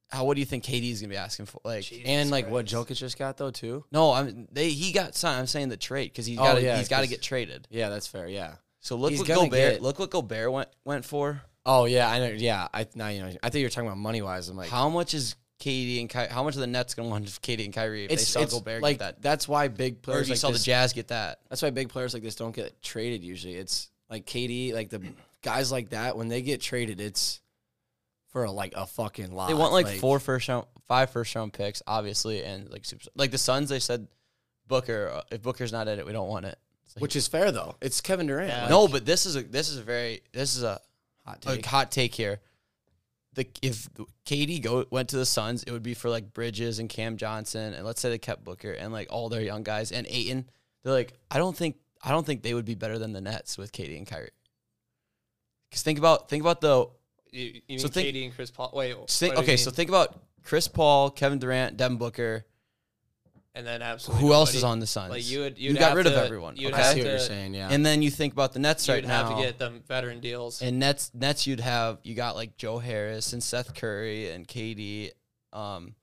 S2: How what do you think KD's gonna be asking for? Like
S1: Jesus
S3: And like what
S1: Christ.
S3: Jokic just got though too.
S2: no, I'm they he got signed. I'm saying the trade because he's
S3: Oh,
S2: got
S3: yeah,
S2: he's got to
S3: 'cause-
S2: get traded.
S3: Yeah, that's fair. Yeah.
S2: So look
S3: He's
S2: what
S3: gonna
S2: Gobert
S3: get-
S2: look what Gobert went went for.
S3: Oh yeah, I know. Yeah, I now you know. I think you were talking about money wise. I'm like,
S2: how much is KD and Ky- how much are the Nets gonna want KD and Kyrie if they
S3: it's,
S2: saw
S3: it's
S2: Gobert
S3: like
S2: get that?
S3: that's why big
S2: Or if
S3: players
S2: you
S3: like
S2: saw
S3: this-
S2: the Jazz get that?
S3: that's why big players like this don't get traded usually. It's like KD, like the guys like that when they get traded, it's for a, like a fucking lot.
S2: They want like, four first round, five first round picks, obviously, and like super, like the Suns. They said Booker. uh, If Booker's not in it, we don't want it. It's like-
S3: which is fair though. It's Kevin Durant. like,
S2: no, but this is a this is a very this is a,
S3: hot
S2: a
S3: take.
S2: hot take here. The if KD go went to the Suns, it would be for like Bridges and Cam Johnson, and let's say they kept Booker and like all their young guys and Aiton. They're like, I don't think I don't think they would be better than the Nets with KD and Kyrie. Because think about think about the
S1: You, you mean
S2: So think-
S1: Katie and Chris Paul? Wait.
S2: think,
S1: what do you
S2: okay. So
S1: mean?
S2: think about Chris Paul, Kevin Durant, Devin Booker.
S1: and then absolutely
S2: who else
S1: nobody.
S2: is on the Suns?
S1: Like you would,
S2: You
S1: you'd
S2: got
S1: have
S2: rid of
S1: to-
S2: everyone,
S1: You'd
S2: okay?
S1: have
S3: I see what
S1: to,
S3: you're saying. Yeah,
S2: And then you think about the Nets
S1: You'd
S2: right
S1: have
S2: now,
S1: to get them veteran deals.
S2: and Nets Nets you'd have you got like Joe Harris and Seth Curry and KD, um,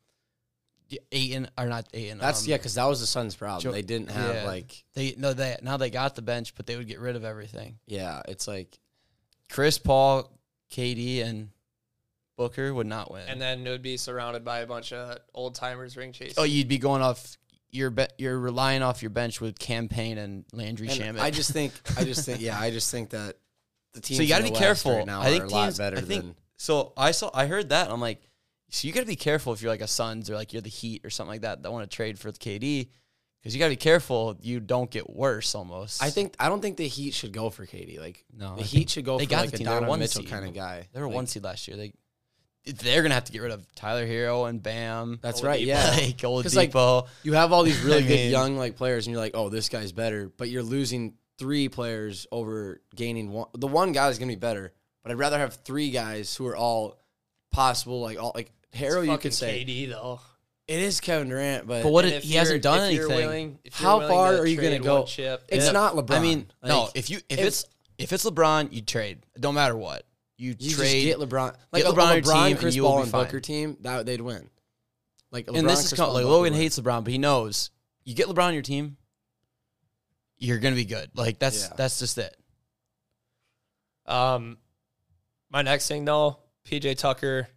S2: y- Aiton or not Aiton.
S3: that's
S2: um,
S3: yeah, because that was the Suns' problem.
S2: Joe-
S3: they didn't have
S2: yeah.
S3: like
S2: They no they now they got the bench, but they would get rid of everything.
S3: yeah. It's like
S2: Chris Paul, KD, and Booker would not win.
S1: and then it would be surrounded by a bunch of old timers ring chasers.
S2: oh, you'd be going off your be- you're relying off your bench with campaign and Landry
S3: and
S2: Shamet.
S3: I just think I just think yeah, I just think that the team.
S2: so you got to be careful.
S3: right now.
S2: I think
S3: are a
S2: teams,
S3: lot better
S2: I think,
S3: than
S2: So I saw, I heard that. And I'm like, so you got to be careful if you're like a Suns or like you're the Heat or something like that that want to trade for the KD because you got to be careful you don't get worse. Almost,
S3: I think I don't think the Heat should go for Katie. Like
S2: No,
S3: the
S2: I
S3: Heat should go
S2: they
S3: for
S2: got
S3: like
S2: the
S3: a
S2: team. They're
S3: Donovan
S2: one
S3: Mitchell
S2: seed.
S3: kind of guy.
S2: they were
S3: Like,
S2: one seed last year. They they're gonna have to get rid of Tyler Hero and Bam.
S3: That's
S1: Oladipo.
S3: right. Yeah,
S2: <laughs> like Oladipo.
S3: <laughs> 'Cause, like, you
S2: <laughs>
S3: have all these really
S2: I mean-
S3: good young like players, and you're like, oh, this guy's better, but you're losing three players over gaining one. The one guy is gonna be better, but I'd rather have three guys who are all possible. Like all like
S1: It's
S3: Harrow, you
S1: fucking
S3: could say
S1: KD though.
S3: it is Kevin Durant, but,
S2: but what
S1: And
S2: if
S1: if
S2: he
S1: you're-
S2: hasn't done
S1: if you're
S2: anything?
S1: willing- if you're
S3: How
S1: willing
S3: far
S1: to
S3: are you
S1: trade
S3: gonna go?
S1: one Chip,
S3: It's
S1: Yeah.
S3: not LeBron.
S2: I mean, no.
S3: Like,
S2: If you if,
S3: if-
S2: it's if it's LeBron, you trade. It don't matter what you,
S3: you
S2: trade.
S3: just get LeBron, like
S2: get
S3: a
S2: LeBron on your
S3: LeBron,
S2: team, and
S3: Chris
S2: you will
S3: Paul,
S2: be
S3: and
S2: fine.
S3: Booker team, that they'd win. Like LeBron,
S2: and this is
S3: Chris
S2: kind
S3: Paul,
S2: like
S3: and Booker
S2: Logan
S3: win.
S2: hates LeBron, but he knows you get LeBron on your team, you're gonna be good. Like that's
S3: Yeah.
S2: that's just it.
S1: Um, my next thing though, PJ Tucker,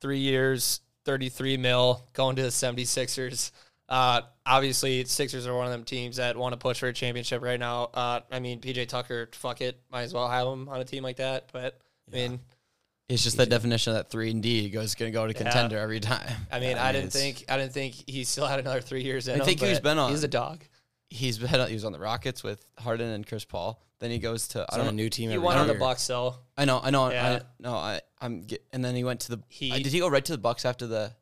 S1: three years, 33 mil, going to the 76ers. Uh, obviously, Sixers are one of them teams that want to push for a championship right now. Uh, I mean, PJ Tucker, fuck it, might as well have him on a team like that. But I mean,
S2: It's just the definition of that three and D goes gonna go to contender every time.
S1: I mean,
S2: <laughs>
S3: Yeah, I
S1: I,
S3: mean,
S1: didn't
S3: it's-
S1: think, I didn't think he still had another three years. In
S2: I think
S1: him,
S2: he's
S1: but
S2: been on.
S1: He's a dog.
S2: He's been he was on the Rockets with Harden and Chris Paul. Then he goes to I
S3: on a
S2: don't know.
S3: new team.
S1: He
S3: every
S1: won on the
S3: year.
S1: Bucks though.
S2: I know I know I
S1: Yeah.
S2: no I I'm get, and then he went to the
S1: Heat.
S2: I- did he go right to the Bucks after the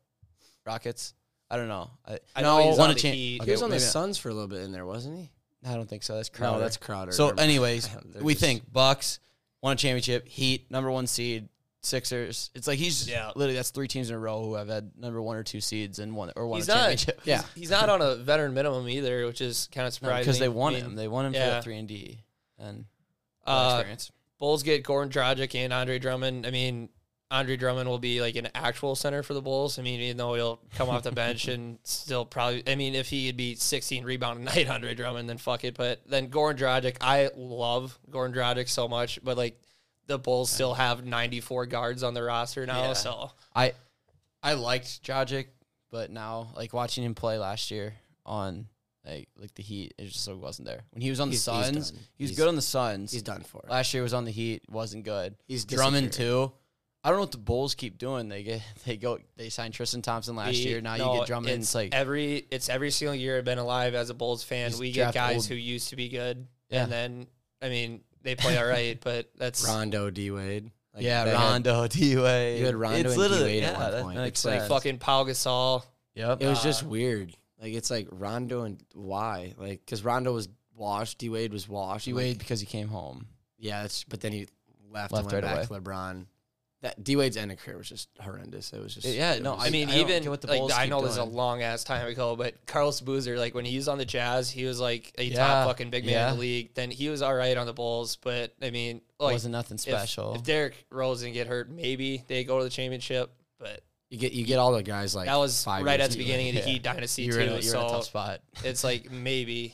S2: Rockets? I don't know. I,
S1: I know he was
S2: won
S1: on
S2: a
S1: the
S2: chan-
S1: Heat.
S2: okay,
S3: He was on the
S2: maybe not.
S3: Suns for a little bit in there, wasn't he?
S2: I don't think so. That's Crowder.
S3: No, that's Crowder.
S2: So,
S3: Never mind. <laughs>
S2: anyways,
S3: They're
S2: we
S3: just-
S2: think Bucks won a championship. Heat number one seed. Sixers. It's like he's
S1: Yeah.
S2: literally that's three teams in a row who have had number one or two seeds and one or won
S1: He's
S2: a
S1: not.
S2: championship.
S1: He's, he's not on a veteran minimum either, which is kind of surprising
S2: because they won
S1: I mean, uh,
S2: him. They won him for
S1: yeah.
S2: that three and D and
S1: uh,
S2: experience.
S1: Bulls get Goran Dragic and Andre Drummond. I mean, Andre Drummond will be like an actual center for the Bulls. I mean, even though he'll come off the bench
S2: <laughs>
S1: and still probably, I mean, if he'd be 16 rebound a night, <laughs> Andre Drummond, then fuck it. But then Goran Dragic, I love Goran Dragic so much, but like the Bulls still have 94 guards on the roster now.
S2: Yeah.
S1: So
S2: I I liked Dragic, but now like watching him play last year on like like the Heat, it just so wasn't there. When he was on the
S3: He's- he's
S2: Suns,
S3: done.
S2: he was
S3: He's-
S2: good on the Suns.
S3: He's done for.
S2: Last year was on the Heat, wasn't good.
S3: He's
S2: Drummond
S3: disappeared.
S2: too. I don't know what the Bulls keep doing. They get <laughs> they go they signed Tristan Thompson last
S1: the-
S2: year. Now
S1: no,
S2: you get Drummond. It's, like
S1: every it's every single year I've been alive as a Bulls fan.
S2: Just
S1: We get
S2: draft
S1: guys
S2: old-
S1: who used to be good,
S2: Yeah.
S1: and then I mean they play all right, <laughs> but that's
S3: Rondo, D Wade. Like,
S2: yeah,
S3: they had-
S2: Rondo, D Wade.
S3: you had Rondo
S2: it's
S3: and
S2: literally,
S3: D-Wade
S2: yeah,
S3: at one
S2: that
S3: point.
S2: makes
S3: It's like
S2: sense.
S1: fucking Paul Gasol.
S2: Yep.
S3: It was just
S1: Uh,
S3: weird. Like it's like Rondo and why? Like because Rondo was washed, D Wade was washed.
S2: D
S3: like,
S2: Wade because he came home.
S3: yeah, that's. But then he left,
S2: Left
S3: and went
S2: right
S3: back to LeBron. That D Wade's end of career was just horrendous. It was just
S2: Yeah,
S3: it
S2: no,
S3: was-
S1: I mean,
S2: I don't
S1: even
S2: get what the
S1: like
S2: Bulls
S1: I
S2: keep
S1: know this is a
S2: doing.
S1: long ass time ago, but Carlos Boozer, like when he was on the Jazz, he was like a
S2: Yeah,
S1: top fucking big man in the league. Then he was all right on the Bulls, but I mean, like
S2: wasn't nothing
S1: if,
S2: special.
S1: If Derrick Rose didn't get hurt, maybe they go to the championship. But
S3: you get you get all the guys like
S1: that was
S3: five
S1: right
S3: years
S1: at the
S3: ago.
S1: beginning <laughs>
S3: <laughs>
S1: of the
S2: yeah.
S1: Heat dynasty
S2: you were,
S1: too.
S2: in a, you were in a
S1: so
S2: tough spot.
S1: it's like maybe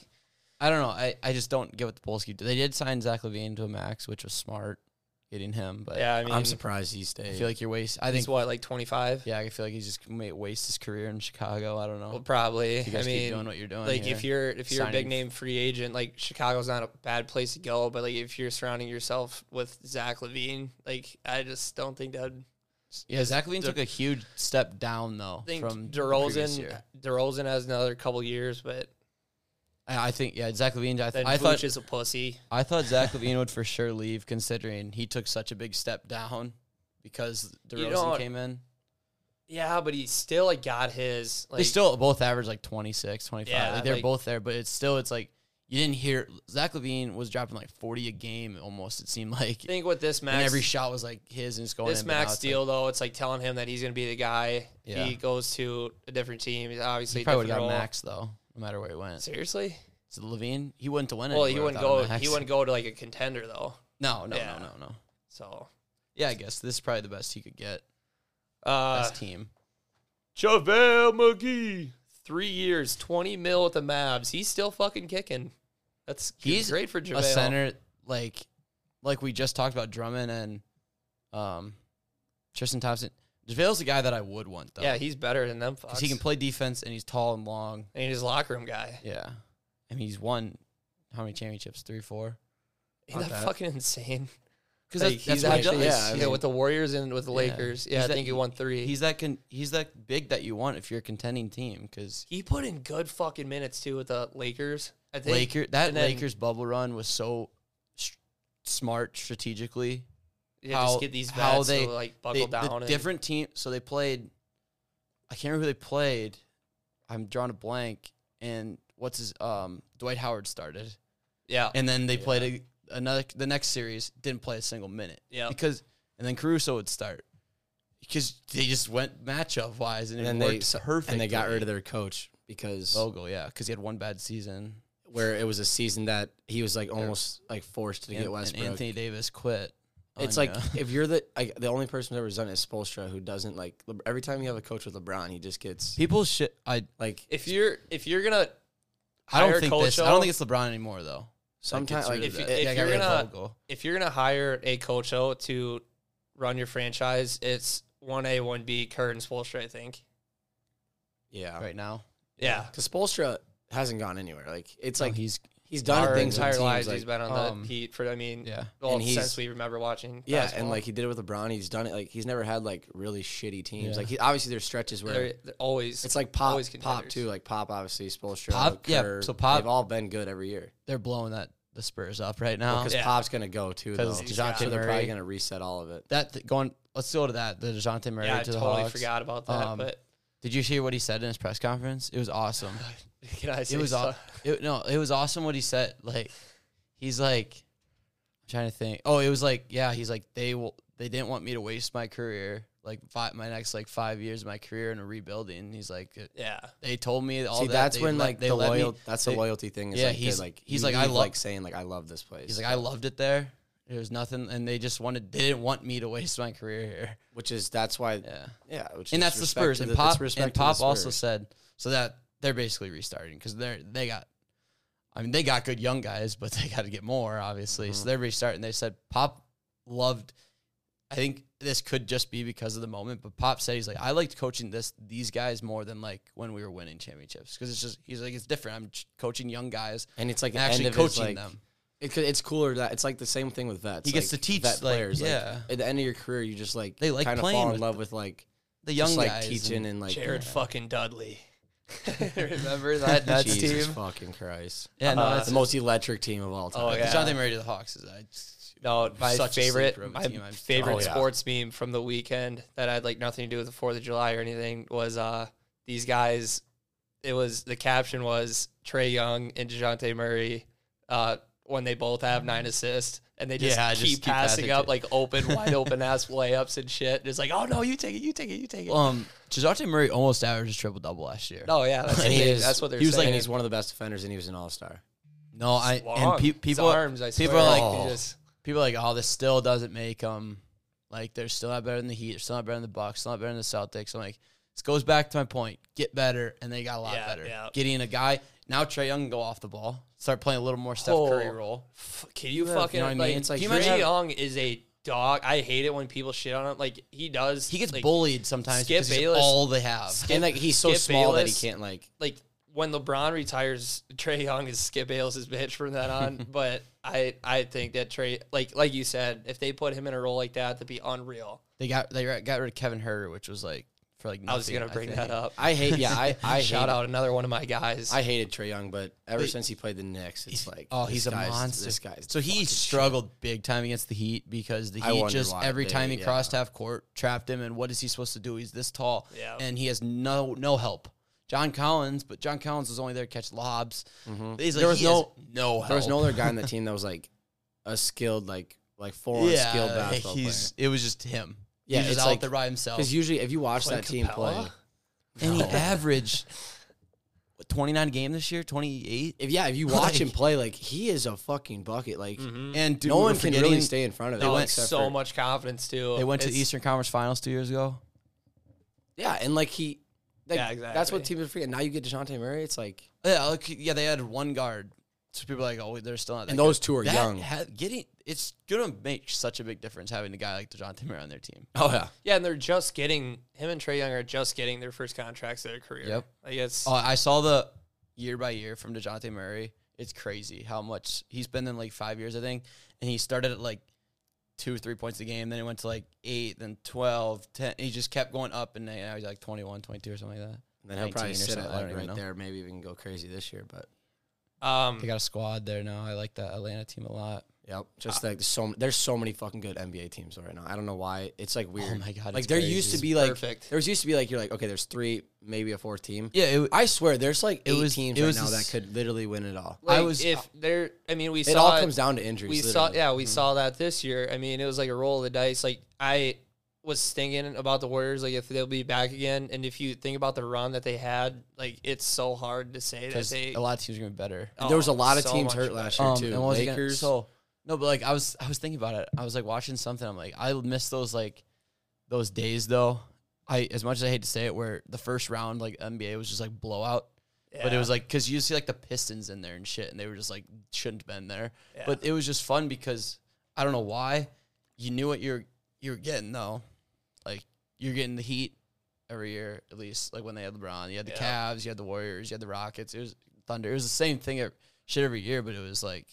S2: I don't know. I, I just don't get what the Bulls keep. doing. They did sign Zach Levine to a max, which was smart, getting him. But
S1: yeah. I mean,
S3: I'm surprised he
S2: I
S3: stayed.
S2: feel like you're waste. I
S1: he's
S2: think.
S1: what like 25.
S2: Yeah, I feel like he's just may waste his career in Chicago. I don't know.
S1: Well, probably.
S2: you
S1: I
S2: guys keep doing
S1: mean,
S2: what you're doing.
S1: like if
S2: here.
S1: you're if you're a big
S2: Signing-
S1: name free agent, like Chicago's not a bad place to go. But like if you're surrounding yourself with Zach Levine, like I just don't think that.
S2: yeah, Zach Levine
S1: the-
S2: took a huge step down though
S1: I think
S2: from the previous
S1: DeRozan
S2: year.
S1: DeRozan has another couple years, but
S2: I I think yeah, Zach Levine. I, th-
S1: then
S2: I thought
S1: Vooch is a pussy.
S2: I thought Zach Levine would for sure leave, considering he took such a big step down because DeRozan
S1: don't-
S2: came in.
S1: Yeah, but he still like got his. Like,
S2: they still both average like 26, 25.
S1: Yeah,
S2: like they're
S1: like-
S2: both there, but it's still it's like you didn't hear Zach Levine was dropping like 40 a game almost. It seemed like
S1: I think with this
S2: and
S1: max
S2: every shot was like his and it's going.
S1: This
S2: in, but now
S1: max
S2: it's, like,
S1: deal though, it's like telling him that he's gonna be the guy.
S2: Yeah.
S1: He goes to a different team. He's
S2: he
S1: obviously
S2: probably
S1: probably
S2: would
S1: different
S2: got
S1: role.
S2: max though, no matter where he went.
S1: Seriously?
S2: So Levine, he wouldn't to win.
S1: Well, he
S2: anywhere
S1: wouldn't
S2: without a
S1: go.
S2: max.
S1: He wouldn't go to like a contender though.
S2: No, no,
S1: Yeah.
S2: no, no, no.
S1: So,
S2: Yeah, I guess this is probably the best he could get.
S1: uh,
S2: Best team.
S1: JaVale McGee, three years, twenty mil at the Mavs. He's still fucking kicking. That's
S2: He's
S1: he's great for JaVale.
S2: A center like, like we just talked about Drummond and, um, Tristan Thompson. Javale's the guy that I would want though.
S1: Yeah, he's better than them.
S2: because
S1: Fucks.
S2: he can play defense and he's tall and long.
S1: And he's a locker room guy.
S2: Yeah, I mean he's won how many championships? Three, four.
S1: Isn't
S2: Not
S1: that,
S2: bad.
S1: fucking insane?
S2: Because
S1: Like,
S2: that's,
S1: he's
S2: that's what
S1: actually
S2: he
S1: yeah,
S2: does.
S3: I
S2: He's-
S1: yeah,
S3: mean-
S1: with the Warriors and with the Lakers. Yeah,
S2: He's
S1: I
S2: that-
S1: think he won three.
S2: He's that con- he's that big that you want if you're a contending team because
S1: he put in good fucking minutes too with the Lakers. I think
S2: Laker that
S1: and then-
S2: Lakers bubble run was so s- smart strategally.
S1: yeah,
S2: how-
S1: just get these vets
S2: how they-
S1: to like
S2: They-
S1: buckle down.
S2: the
S1: and,
S2: different team. So they played. I can't remember who they played. I'm drawing a blank. And what's his um Dwight Howard started,
S1: yeah,
S2: and then they played a, another the next series didn't play a single minute.
S1: yeah.
S2: because and then Caruso would start because they just went matchup wise and,
S3: and
S2: it
S3: then they
S2: worked
S3: so-
S2: perfect.
S3: and they got rid of their coach because
S2: Vogel, yeah, because he had one bad season.
S3: where it was a season that he was like almost like forced to
S2: and,
S3: get
S2: and
S3: Westbrook.
S2: Anthony Davis quit.
S3: It's
S2: on
S3: like
S2: ya.
S3: if
S2: <laughs>
S3: you're the like, the only person who's ever done it is Spolstra, who doesn't like Le- every time you have a coach with LeBron, he just gets
S2: people shit. I
S3: like
S1: If you're if you're gonna
S2: I don't
S1: hire
S2: think this. I
S1: Kolcho-
S2: don't think it's LeBron anymore though.
S3: sometimes like,
S1: rid of
S3: if
S1: that.
S3: it-
S1: if
S2: yeah, I got
S1: you're
S2: rid
S1: gonna-
S2: of Vogel.
S1: if you're gonna hire a coach O to run your franchise, it's one A, one B, Kurt and Spoelstra, I think.
S3: yeah,
S2: right now.
S1: Yeah.
S3: because Spolstra hasn't gone anywhere. Like it's
S2: No,
S3: like
S2: he's
S3: he's done
S1: Our
S3: things with
S1: entire
S3: teams,
S1: lives
S3: like-
S1: he's been on
S2: um,
S1: the Heat for I mean
S2: yeah.
S1: well,
S3: and he's-
S1: since we remember watching
S3: yeah, and
S1: basketball.
S3: like he did it with LeBron. He's done it. Like he's never had like really shitty teams.
S2: Yeah.
S3: Like he, obviously there's stretches where
S1: they're, they're always
S3: it's like pop,
S1: always
S3: pop
S1: contenders.
S3: too. Like pop, obviously Spolstra,
S2: Pop- yeah,
S3: Kerr,
S2: so Pop-
S3: they've all been good every year.
S2: They're blowing that the Spurs up right now.
S3: Because
S1: Yeah.
S3: Pop's gonna go too, though.
S2: 'Cause
S1: Dejounte
S3: so they're probably
S2: Murray-
S3: gonna reset
S2: <laughs>
S3: all of it.
S2: that th- going. Let's go to that. The Dejounte Murray
S1: yeah, I
S2: to the
S1: totally
S2: Hawks.
S1: forgot about that,
S2: Um,
S1: but
S2: Did you hear what he said in his press conference? It was awesome.
S1: <sighs>
S2: <laughs>
S1: can I say
S2: it was
S1: so?
S3: <laughs>
S2: aw- it, no, it was awesome what he said. Like he's like I'm trying to think. Oh, it was like yeah, he's like they will they didn't want me to waste my career, like five, my next like 5 years of my career in a rebuilding. He's like
S1: yeah.
S2: they told me all
S3: See,
S2: that.
S3: that's
S2: They
S3: when
S2: let-
S3: like
S2: they
S3: the
S2: let me-
S3: loyal, that's the
S2: they-
S3: loyalty thing. Is
S2: Yeah,
S3: like,
S2: he's-
S3: he's like
S2: he's
S3: you
S2: like, I
S3: leave,
S2: love-
S3: like saying like I love this place.
S2: He's like I loved it there. There was nothing, and they just wanted. They didn't want me to waste my career here.
S3: which is that's why
S2: Yeah,
S3: yeah, which
S2: and
S3: is
S2: that's the
S3: respect
S2: Spurs.
S3: to
S2: And
S3: the- it's
S2: Pop
S3: respect
S2: and
S3: to the
S2: Pop also
S3: Spurs.
S2: said so that they're basically restarting because they're they got. I mean, they got good young guys, but <laughs> they got to get more, obviously. So
S3: Mm-hmm.
S2: they're restarting. They said Pop loved. I think this could just be because of the moment, but Pop said he's like, I liked coaching this these guys more than like when we were winning championships because it's just he's like it's different. I'm ch- coaching young guys
S3: and it's like
S2: and
S3: the end
S2: actually
S3: of his,
S2: coaching
S3: like-
S2: them.
S3: It, could- it's cooler that it's like the same thing with vets.
S2: He gets
S3: like,
S2: to teach,
S3: vet
S2: like,
S3: players. like,
S2: yeah.
S3: at the end of your career, you just like
S2: They like
S3: kind of
S2: playing
S3: fall in
S2: with
S3: love with like
S2: The
S3: young
S2: young
S3: just, like
S2: guys
S3: teaching and, like <laughs>
S1: Jared fucking Dudley. <laughs>
S2: Remember that Nets
S3: Jesus
S2: team?
S3: fucking Christ.
S2: Yeah, no,
S1: Uh,
S2: that's
S3: the most electric team of all time.
S1: Oh,
S2: Like,
S1: yeah.
S2: Jonathan Murray to the Hawks is I
S1: No, my
S2: Such a
S1: favorite,
S2: sleeper of a
S1: my
S2: team. I'm-
S1: favorite
S3: Oh, yeah.
S1: sports meme from the weekend that had like nothing to do with the Fourth of July or anything was uh these guys. It was the caption was Trey Young and Dejounte Murray uh, when they both have nine assists and they just,
S2: Yeah,
S1: keep,
S2: just keep
S1: passing,
S2: passing
S1: up
S2: to-
S1: like open,
S2: <laughs>
S1: wide open ass layups and shit. It's like, oh no, you take it, you take it, you take it.
S2: um Jonathan Murray almost averaged triple double last year.
S1: no, Oh,
S2: <laughs>
S1: yeah, that's, what
S3: He
S1: they-
S3: is-
S1: that's what they're
S3: he was like
S1: saying.
S3: he's one of the best defenders, and he was an all star.
S2: no, I
S1: Long.
S2: and pe-
S1: His
S2: people
S1: arms, I
S2: people
S1: swear,
S2: are like
S1: they
S2: oh.
S1: just-
S2: people are like oh this still doesn't make them like they're still not better than the Heat, they're still not better than the Bucks, still not better than the Celtics. I'm like this goes back to my point. Get better, and they got a lot
S1: Yeah,
S2: better.
S1: yeah.
S2: Getting a guy now, Trey Young can go off the ball, start playing a little more Steph Curry
S1: Oh.
S2: role.
S1: F- Can you
S2: Yeah,
S1: fucking
S2: you know what I
S1: like,
S2: mean? It's like
S1: Can you
S2: Trey
S1: imagine
S2: Young-
S1: Young is a dog? I hate it when people shit on him. Like he does.
S2: He gets
S1: like,
S2: bullied sometimes
S1: Skip
S2: because he's
S1: Bayless-
S2: all they have.
S3: And like he's so
S1: Skip
S3: small
S1: Bayless.
S3: that he can't like.
S1: Like when LeBron retires, Trey Young is Skip Bayless's bitch from that on. but I I think that Trey like like you said, if they put him in a role like that, that'd be unreal.
S2: They got they got rid of Kevin Herter, which was like for like nothing,
S1: I was gonna bring
S2: think.
S1: that up.
S3: I hate.
S2: <laughs>
S3: Yeah, I I
S1: Shout
S3: hate,
S1: out another one of my guys.
S3: I hated Trey Young, but ever
S2: Wait.
S3: since he played the Knicks, it's like
S2: Oh,
S3: this
S2: he's a
S3: guy's-
S2: monster.
S3: This guy's
S2: so he
S3: fucking
S2: struggled big time against the Heat because the
S3: I
S2: Heat
S3: wonder
S2: just
S3: why
S2: every
S3: they-
S2: time he
S3: yeah.
S2: crossed half court trapped him. And what is he supposed to do? He's this tall,
S1: Yeah.
S2: and he has no no help. John Collins, but John Collins was only there to catch lobs. He's like,
S3: Mm-hmm. There was
S2: he
S3: no-
S2: has no help.
S3: There was no other guy on
S2: <laughs>
S3: the team that was like a skilled like like foreign
S2: yeah,
S3: skilled
S2: like,
S3: basketball
S2: he's it was just him. he
S3: Yeah,
S2: was
S3: it's
S2: just out
S3: like-
S2: there by himself,
S3: Because usually, if you watch
S1: Clint
S3: that team
S1: Capella?
S3: play,
S2: and <laughs> he
S3: <laughs> No.
S2: averaged twenty nine game this year, twenty eight.
S3: if
S2: <laughs>
S3: yeah, if you watch
S2: Like- Mm-hmm.
S3: him play, like he is a fucking bucket. Like
S2: And dude,
S3: Mm-hmm. no
S2: we're
S3: one can really
S2: forgetting-
S3: stay in front of
S1: they
S3: him.
S1: went
S3: except
S1: so
S3: for-
S1: much confidence too.
S2: They went to
S1: It's-
S2: the Eastern Conference Finals two years ago.
S3: Yeah, and like he, like,
S1: Yeah,
S3: That's what
S1: exactly.
S3: teams are free. And now you get Dejounte Murray. It's like
S2: Yeah, like, yeah, they added one guard. So people are like, oh, they're still not. That
S3: and
S2: good.
S3: those two are
S2: That
S3: young.
S2: ha- getting it's gonna make such a big difference having a guy like Dejounte Murray on their team.
S3: oh yeah,
S1: Yeah, and they're just getting him and Trey Young are just getting their first contracts of their career.
S2: Yep.
S1: Like it's
S2: Oh, I saw the year by year from Dejounte Murray. It's crazy how much he's been in like five years, I think, and he started at like two or three points a game. Then he went to like eight, then 12, 10. He just kept going up, and now he's like 21, 22 or something like that.
S3: and then he'll
S2: 19 or
S3: probably sit
S2: something,
S3: at
S2: I don't
S3: like
S2: even
S3: right
S2: know.
S3: there. Maybe even go crazy this year. But
S1: um
S2: They got a squad there now. I like that Atlanta team a lot.
S3: yep, just
S2: Ah.
S3: like so there's so many fucking good NBA teams right now. I don't know why it's like weird.
S2: my God,
S3: like
S2: it's
S3: there used to
S2: crazy.
S3: be like
S1: Perfect.
S3: there was used to be like you're like okay, there's three, maybe a fourth team.
S2: Yeah, it,
S3: I swear, there's like
S2: It
S3: eight
S2: was-
S3: teams
S2: it
S3: right
S2: was
S3: now
S2: this-
S3: that could literally win it all.
S1: like
S2: I was-
S1: if they're I mean we
S3: It
S1: saw
S3: all comes down to injuries.
S1: we saw
S3: literally.
S1: yeah
S2: Hmm.
S1: we saw that this year i mean it was like a roll of the dice like i was thinking about the warriors like if they'll be back again and if you think about the run that they had like it's so hard to say that
S2: because
S1: they
S2: a lot of teams are gonna be better.
S1: Oh,
S3: there was a lot of
S1: so
S3: teams
S1: much
S3: hurt last
S1: better.
S3: year
S2: Um,
S3: too.
S2: and what was I gonna-
S3: Lakers.
S2: so no, but like I was, I was thinking about it. I was like watching something. I'm like, I miss those like those days though. I as much as I hate to say it, where the first round like NBA was just like blowout. But it
S1: Yeah.
S2: was like because you see like the Pistons in there and shit, and they were just like shouldn't have been there.
S1: Yeah.
S2: But it was just fun because I don't know why you knew what you're you're getting though. Like you're getting the Heat every year at least. Like when they had LeBron, you had the
S1: Yeah.
S2: Cavs, you had the Warriors, you had the Rockets. It was Thunder. It was the same thing, ev- shit every year. But it was like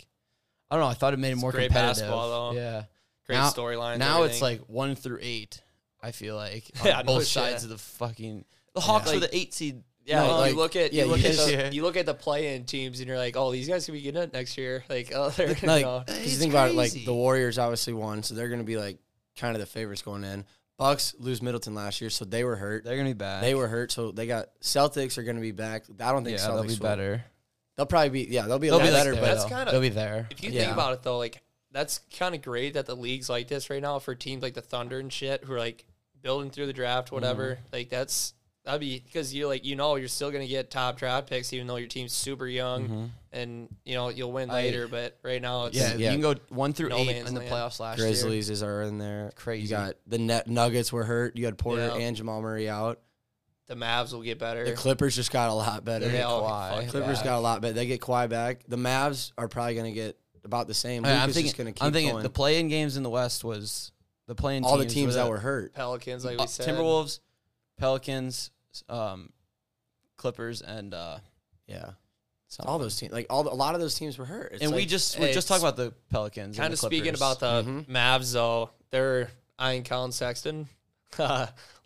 S2: I don't know. I thought it made it more
S1: great
S2: competitive.
S1: basketball, though.
S2: Yeah,
S1: great
S2: now-
S1: storylines
S2: Now it's
S1: everything.
S2: like one through eight. I feel
S1: <laughs>
S2: like on
S1: Yeah, no
S2: both
S1: shit.
S2: sides of the fucking the Hawks were
S1: Like-
S2: the eight seed.
S1: yeah,
S2: No,
S1: like,
S2: like-
S1: you look at
S3: yeah,
S1: you look
S3: you
S1: at
S3: just-
S1: the,
S2: yeah.
S1: you look at the play-in teams, and you're like, "Oh, these guys could be good at next year." Like, oh, <laughs> they're
S3: like,
S1: no.
S3: 'cause you
S2: It's
S3: think about it, like
S2: crazy.
S3: the Warriors obviously won, so they're going to be like kind of the favorites going in. Bucks lose Middleton last year, so they were hurt.
S2: They're gonna be bad.
S3: They were hurt, so they got Celtics are going to be back. I don't think
S2: Yeah,
S3: Celtics
S2: they'll be
S3: will.
S2: better.
S3: They'll probably be yeah, they'll be a
S2: They'll
S3: lot
S2: be
S3: better.
S2: better.
S3: But uh,
S1: that's
S2: though.
S1: kinda-
S2: they'll be there.
S1: If you
S3: Yeah.
S1: think about it though, like that's kind of great that the league's like
S3: Mm-hmm.
S1: this right now for teams like the Thunder and shit who are like building through the draft, whatever. Like that's That'd be because you like you know you're still gonna get top draft picks even though your team's super young and you know you'll win
S2: I-
S1: later. But right now it's
S2: Yeah,
S3: Mm-hmm. Yeah.
S2: you can go one through
S1: No
S2: eight
S1: man's
S2: in the
S1: land.
S2: playoffs last year.
S3: Grizzlies is are in there.
S2: Crazy.
S3: You got the net Nuggets were hurt. You had Porter
S1: Yeah.
S3: and Jamal Murray out.
S1: the Mavs will get better.
S3: The Clippers just got a lot better.
S1: They all
S2: Kawhi.
S1: get fucked
S3: Clippers
S1: back.
S3: got a lot better. They get Kawhi back. The Mavs are probably going to get about the same. Luka's
S2: Oh, I'm
S3: just going
S2: thinking,
S3: to keep
S2: I'm thinking
S3: going.
S2: the play-in games in the West was the play-in
S3: all the
S2: teams
S3: teams that
S2: the-
S3: were hurt.
S1: Pelicans like
S2: uh,
S1: we said.
S2: Timberwolves, Pelicans, um, Clippers, and uh,
S3: Yeah. All those teams, like all the, a lot of those teams were hurt. It's
S2: and we
S3: like-
S2: just we just
S1: it's
S2: talked about the Pelicans.
S1: Kind of speaking about the
S3: Mhm.
S1: Mavs though, they're eyeing Colin Sexton, <laughs>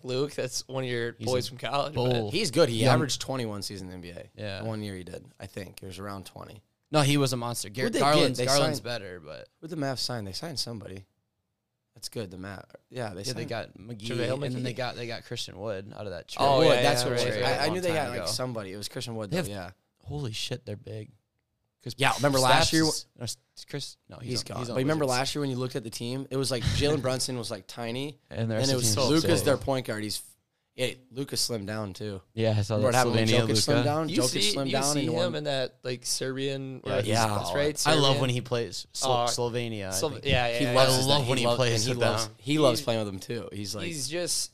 S1: Luke. That's one of your boys from college. but-
S2: bull.
S3: he's good. He
S2: Young-
S3: averaged 21 season in the NBA.
S2: Yeah.
S3: The one year he did, I think. It was around 20.
S2: no, he was a monster. Garrett
S3: Who'd they get?
S2: Garland's,
S3: They
S2: Garland's
S3: signed-
S2: better, but
S3: Who'd the Mavs sign? They signed somebody. That's good. The Mavs. Yeah, they
S2: yeah,
S3: signed.
S2: they got McGee,
S1: JaVale
S2: and then they
S1: McGee.
S2: got they got Christian Wood out of that trade.
S1: Oh,
S3: Wood,
S1: yeah,
S3: that's
S1: yeah,
S3: what it
S1: right,
S3: was.
S1: right.
S3: I, I
S2: Long
S3: knew they
S2: time
S3: got
S2: ago.
S3: like somebody. It was Christian Wood.
S2: They
S3: Though,
S2: have-
S3: yeah.
S2: Holy shit, they're big. Cause
S3: Yeah, remember last
S2: Stapps
S3: year- <laughs>
S2: is- no, S- Chris, no, he's,
S3: He's
S2: on-
S3: gone.
S2: He's on
S3: but remember
S2: Wizards.
S3: last year when you looked at the team,
S2: <laughs>
S3: it was like Jalen Brunson was like tiny,
S2: and the
S3: and
S2: rest
S3: it
S2: of the
S3: was
S2: team's
S1: Luka's
S3: Luca's
S2: big.
S3: their point guard. He's yeah, Luca slimmed down too.
S2: Yeah, I saw
S3: Remember what
S2: that
S3: happened
S2: Slovenia
S3: when Jokic slimmed
S2: Luka.
S3: down?
S1: You
S3: Jokic
S1: see,
S3: slimmed
S1: you
S3: down
S1: see
S3: into
S1: him
S3: one.
S1: in that like Serbian.
S2: Yeah,
S1: Yeah,
S2: he's
S1: yeah.
S3: solid.
S1: right.
S2: I love
S1: Serbian?
S2: when he plays Slo-
S1: Uh,
S2: Slovenia. I
S1: Slo-
S2: think.
S1: yeah, yeah,
S3: he
S1: yeah.
S3: loves
S2: I
S3: his-
S2: love when he
S3: loves-
S2: plays
S3: and
S2: it
S3: He loves,
S2: down.
S3: he loves playing with them too. He's like
S1: he's just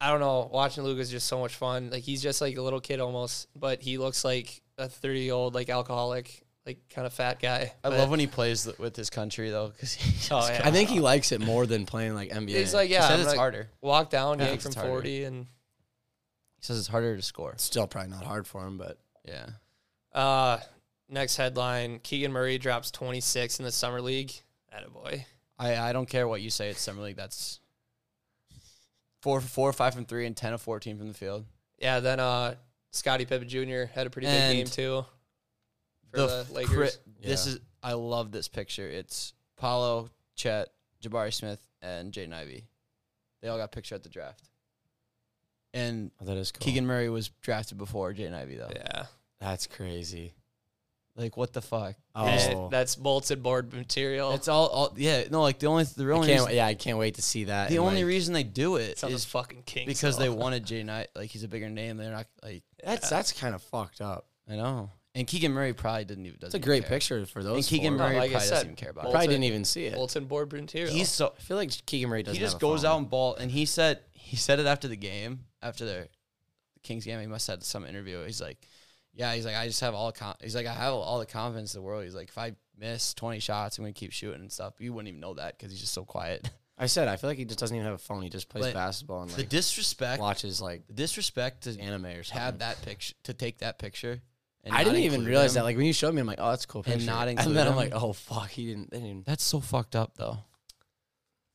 S1: I don't know, watching Luke is just so much fun. Like he's just like a little kid almost, but he looks like a 30-year-old like alcoholic, like kind of fat guy.
S2: I
S1: But
S2: love when he plays th- with his country though, because he's
S1: Oh, yeah.
S3: I think he likes it more than playing like NBA.
S1: he's like, yeah,
S2: he
S1: I'm
S2: says it's
S1: gonna
S2: harder.
S1: walk down,
S2: Yeah,
S1: yank
S2: it's
S1: from
S2: harder.
S1: 40 and
S2: He says it's harder to score.
S3: It's still probably not hard for him, but
S2: Yeah,
S1: uh next headline, Keegan Murray drops 26 in the summer league. Attaboy.
S2: I, I don't care what you say. It's summer league. That's four for four, five from three, and ten of fourteen from the field.
S1: Yeah, then uh Scottie Pippen Jr. had a pretty big
S2: And
S1: game too for the,
S2: f-
S1: Lakers.
S2: cri- This
S3: Yeah.
S2: is I love this picture. It's Paolo, Chet, Jabari Smith, and Jaden Ivey. They all got picture at the draft. And
S3: that is cool.
S2: Keegan Murray was drafted before Jaden Ivey though.
S1: yeah.
S3: that's crazy.
S2: Like what the fuck?
S3: Oh,
S1: Just- that's bolted board material.
S2: It's all, all yeah. No, like the only the
S3: I
S2: only
S3: can't,
S2: reason,
S3: yeah, I can't wait to see that.
S2: the
S3: and,
S2: only
S3: like,
S2: reason they do it
S1: It's on the
S2: is
S1: fucking king.
S2: because they wanted Jaden I like he's a bigger name. They're not like
S3: that's that's kind of fucked up.
S2: I know. And Keegan Murray probably didn't even.
S3: It's
S2: doesn't
S3: a
S2: even
S3: great
S2: care.
S3: picture for those.
S2: And Keegan
S3: four.
S2: Murray
S1: like I
S2: probably doesn't
S1: said,
S2: even care about
S1: Bolton-
S2: it.
S3: probably didn't even see it.
S1: Bolton board material.
S2: He's so
S3: I feel like Keegan Murray doesn't.
S2: he just
S3: have a
S2: goes
S3: phone.
S2: out and ball, and he said he said it after the game, after the Kings game. He must have had some interview. He's like, yeah, he's like, I just have all. Con-. He's like, I have all the confidence in the world. He's like, if I miss twenty shots, I'm gonna keep shooting and stuff. You wouldn't even know that because he's just so
S3: <laughs>
S2: quiet.
S3: I said I feel like he just doesn't even have a phone. He just plays
S2: But
S3: basketball and
S2: the
S3: like
S2: disrespect,
S3: watches like
S2: the disrespect to
S3: anime or something.
S2: have that picture to take that picture. And
S3: I
S2: not
S3: didn't even
S2: include
S3: realize
S2: him.
S3: that. Like when you showed me, I'm like, oh, that's a cool.
S2: And
S3: Picture.
S2: not
S3: <laughs> and
S2: include
S3: then
S2: him.
S3: I'm like, oh fuck, he didn't. They didn't.
S2: That's so fucked up, though.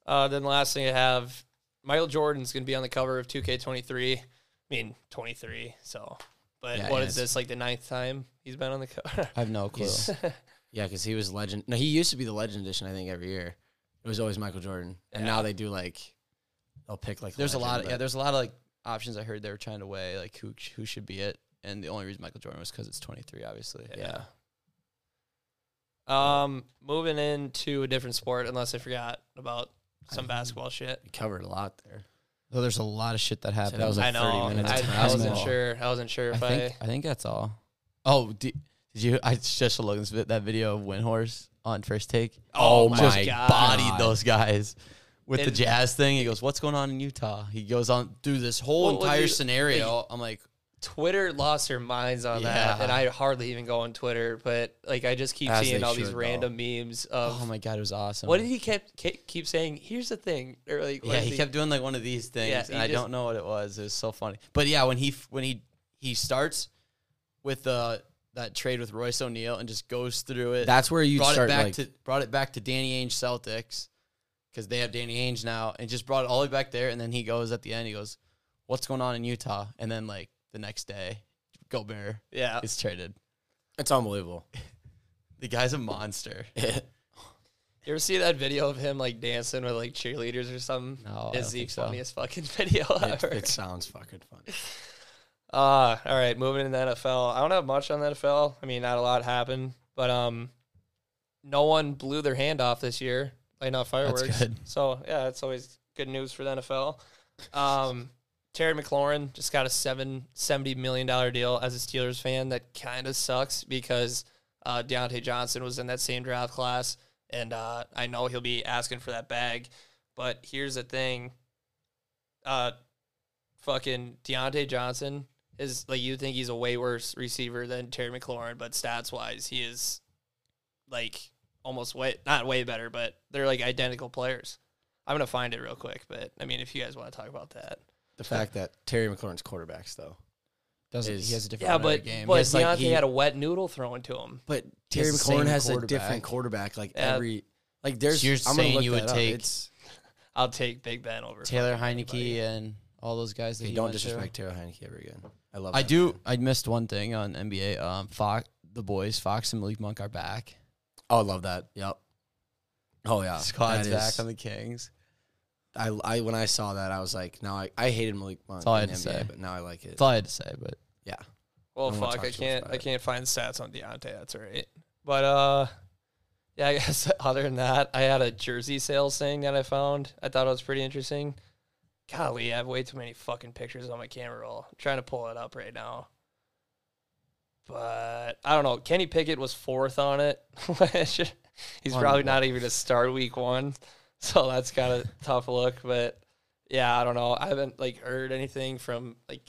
S1: Uh, then the last thing I have, Michael Jordan's going to be on the cover of 2K23. I mean, 23. So, but
S3: Yeah,
S1: what
S3: and
S1: is
S3: it's-
S1: this like the ninth time he's been on the cover?
S2: I have no
S1: <laughs>
S2: clue.
S3: He's- <laughs> yeah, because he was legend. No, he used to be the legend edition. I think every year it was always Michael Jordan, and now they do like they'll pick like.
S2: There's a lot of
S3: legend,
S2: yeah.
S3: but-
S2: There's a lot of like options. I heard they were trying to weigh like who sh- who should be it, and the only reason Michael Jordan was because it's 23, obviously.
S1: yeah. <laughs> Um, moving into a different sport, unless I forgot about some basketball shit.
S3: we covered a lot there.
S2: Though there's a lot of shit that happened.
S3: that was like
S1: I know.
S3: 30 minutes
S1: I,
S3: of
S1: I wasn't
S2: basketball.
S1: sure. I wasn't sure
S2: I
S1: if I.
S2: think I think that's all. Oh, did, did you? I just looked at this vi- that video of Windhorse on first take.
S1: Oh
S2: just
S1: my God.
S2: bodied those guys. With the
S1: And-
S2: jazz thing, he goes, "What's going on in Utah?" He goes on through this whole
S1: Well, well,
S2: entire
S1: dude,
S2: scenario. I'm like,
S1: Twitter lost their minds on that,
S2: Yeah.
S1: and I hardly even go on Twitter. But like, I just keep
S3: As
S1: seeing
S3: they
S1: all these
S3: should, though.
S1: random memes of
S2: "Oh my god, it was awesome."
S1: What did he kept ke- keep saying? Here's the thing. Or like, what
S2: Yeah,
S1: is
S2: he kept doing like one of these things,
S1: Yeah,
S2: and
S1: he
S2: I
S1: just-
S2: don't know what it was. It was so funny. But yeah, when he f- when he he starts with the that trade with Royce O'Neal and just goes through it.
S3: That's where you
S2: brought
S3: start
S2: it back
S3: like
S2: to brought it back to Danny Ainge Celtics because they have Danny Ainge now, and just brought it all the way back there. And then he goes at the end, he goes, "What's going on in Utah?" And then like the next day, Gobert
S1: Yeah,
S2: is traded.
S3: <laughs> it's unbelievable.
S2: The guy's a <laughs> monster.
S1: you ever see that video of him like dancing with like cheerleaders or something?
S2: No,
S1: it's
S2: I don't
S1: the
S2: think so.
S1: funniest fucking <laughs> video
S3: <laughs> it,
S1: ever.
S3: <laughs> it sounds fucking funny.
S1: uh, all right, moving in the NFL. I don't have much on the NFL. I mean, not a lot happened, but um, no one blew their hand off this year. Like not fireworks.
S2: good.
S1: So yeah, that's always good news for the NFL. Um, Terry McLaurin just got a seven seventy million dollar deal as a Steelers fan. That kind of sucks because uh, Deontay Johnson was in that same draft class, and uh, I know he'll be asking for that bag. But here's the thing: uh, fucking Deontay Johnson is like you think he's a way worse receiver than Terry McLaurin, but stats wise, he is like almost way not way better, but they're like identical players. I'm gonna find it real quick, but I mean, if you guys want to talk about that,
S3: The fact that Terry McLaurin's quarterbacks though.
S2: Doesn't
S3: Is-
S2: he has a different
S1: yeah,
S2: run every
S1: but
S2: game?
S1: but
S2: It's like
S1: Deontay
S2: he-
S1: had a wet noodle thrown to him.
S3: But
S2: He has
S3: Terry
S2: the same
S3: McLaurin has a
S2: quarterback.
S3: different quarterback like
S1: Yeah.
S3: every like there's
S2: So you're
S3: I'm gonna
S2: saying
S3: look
S2: you
S3: that
S2: would
S3: up.
S2: take-
S3: it's
S1: I'll take Big Ben over
S2: Taylor
S1: fucking
S2: Heineke
S1: anybody.
S2: and all those guys that
S3: okay,
S2: he
S3: don't
S2: went to.
S3: disrespect Taylor Heineke ever again. I love
S2: I
S3: that
S2: do.
S3: man.
S2: I missed one thing on NBA. Um, Fox, the boys, Fox and Malik Monk are back.
S3: Oh, I love that. Yep. Oh yeah.
S2: Squad's
S3: that
S2: back
S3: is-
S2: on the Kings.
S3: I, I when I saw that I was like, now I, I hated Malik Monk
S2: That's all I
S3: in
S2: had to
S3: NBA,
S2: say.
S3: but now I like it.
S2: That's all I had to say. But
S3: Yeah.
S1: Well,
S3: I don't wanna
S1: fuck,
S3: talk
S1: I
S3: too much
S1: can't
S3: about
S1: I
S3: it.
S1: can't find stats on Deontay. That's all right. But uh, yeah, <laughs> I guess other than that, I had a jersey sales thing that I found. I thought it was pretty interesting. Golly, I have way too many fucking pictures on my camera roll. I'm trying to pull it up right now. But I don't know. Kenny Pickett was fourth on it. <laughs> which He's probably not even to start week one. <laughs> So that's kind of tough look. But yeah, I don't know. I haven't like heard anything from like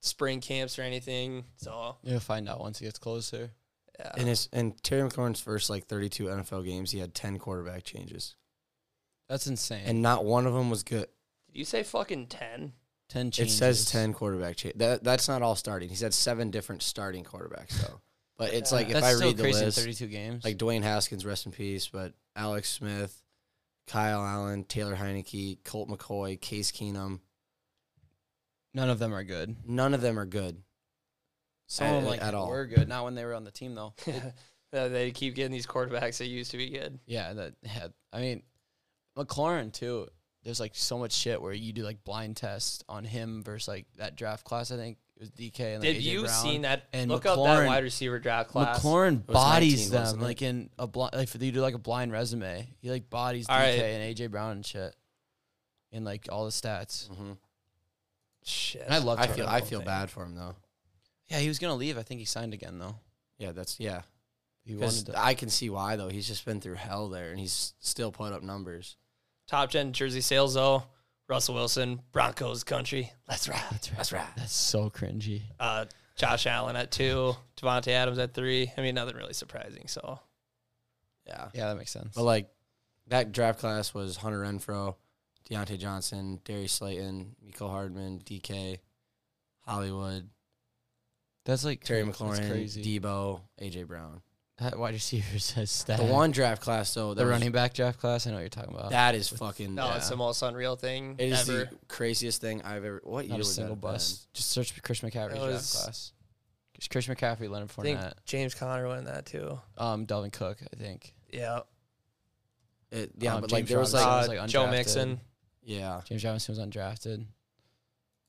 S1: spring camps or anything. So
S2: you'll find out once it gets closer.
S1: yeah.
S3: In his in Terry McLaurin's first like 32 NFL games, he had 10 quarterback changes,
S2: That's insane.
S3: and not one of them was good.
S1: Did you say fucking ten?
S2: ten. Changes.
S3: It says 10 quarterback change. That that's not all starting. He's had seven different starting quarterbacks though. But it's like if
S2: That's
S3: I
S2: still
S3: read the
S2: crazy in
S3: list,
S2: Thirty-two games.
S3: like Dwayne Haskins, rest in peace, but Alex Smith, Kyle Allen, Taylor Heineke, Colt McCoy, Case Keenum,
S2: none of them are good.
S3: none of them are good.
S2: Some of them
S3: At-
S2: like
S3: at all.
S2: were good. Not when they were on the team though.
S1: <laughs> Uh, they keep getting these quarterbacks that used to be good.
S2: Yeah, that had. I mean, McLaurin too. There's like so much shit where you do like blind tests on him versus like that draft class. I think it was DK and like
S1: Did
S2: AJ
S1: you
S2: Brown.
S1: seen that?
S2: and
S1: look up that
S2: McLaurin-
S1: wide receiver draft class.
S2: McLaurin
S3: was
S2: bodies
S3: 19,
S2: them
S3: wasn't it?
S2: like in a blind like if you do like a blind resume. He like bodies
S1: All
S2: DK
S1: right.
S2: and AJ Brown and shit, and like all the stats.
S3: Mm-hmm.
S1: Shit.
S2: And I love.
S3: I feel I feel bad for him though.
S2: Yeah, he was gonna leave. I think he signed again though.
S3: Yeah, that's yeah.
S2: He
S3: 'Cause
S2: wanted to.
S3: I can see why though. He's just been through hell there, and he's still put up numbers.
S1: Top ten jersey sales though. Russell Wilson, Broncos country. Let's ride.
S2: That's right.
S3: That's right.
S2: That's so cringy.
S1: Uh, Josh Allen at two. Devontae Adams at three. I mean, nothing really surprising. So
S3: Yeah,
S2: Yeah, that makes sense.
S3: but like that draft class was Hunter Renfro, Deontay Johnson, Darius Slayton, Miko Hardman, DK, Hollywood,
S2: that's like
S3: Terry
S2: that's
S3: McLaurin,
S2: crazy.
S3: Debo, AJ Brown.
S2: That wide receiver <laughs> says stat.
S3: The one draft class though, that
S2: the
S3: was-
S2: running back draft class. I know what you're talking about.
S3: that is fucking.
S1: no,
S3: yeah.
S1: it's the most unreal thing
S3: It is
S1: ever.
S3: the craziest thing I've ever. What year
S2: Not a
S3: was
S2: single
S3: that?
S2: bust. Just search for Chris McCaffrey's
S1: That
S2: draft
S1: was-
S2: class. It's Chris McCaffrey, Leonard
S1: I think
S2: Fournette,
S1: James Conner won that too.
S2: um, Delvin Cook. I think.
S1: Yeah.
S3: It, yeah,
S2: Um,
S3: but like
S2: James
S3: there was
S2: Robinson
S3: like
S1: Uh,
S2: was, like,
S1: Joe
S2: undrafted.
S1: Mixon.
S3: yeah.
S2: James Robinson was undrafted.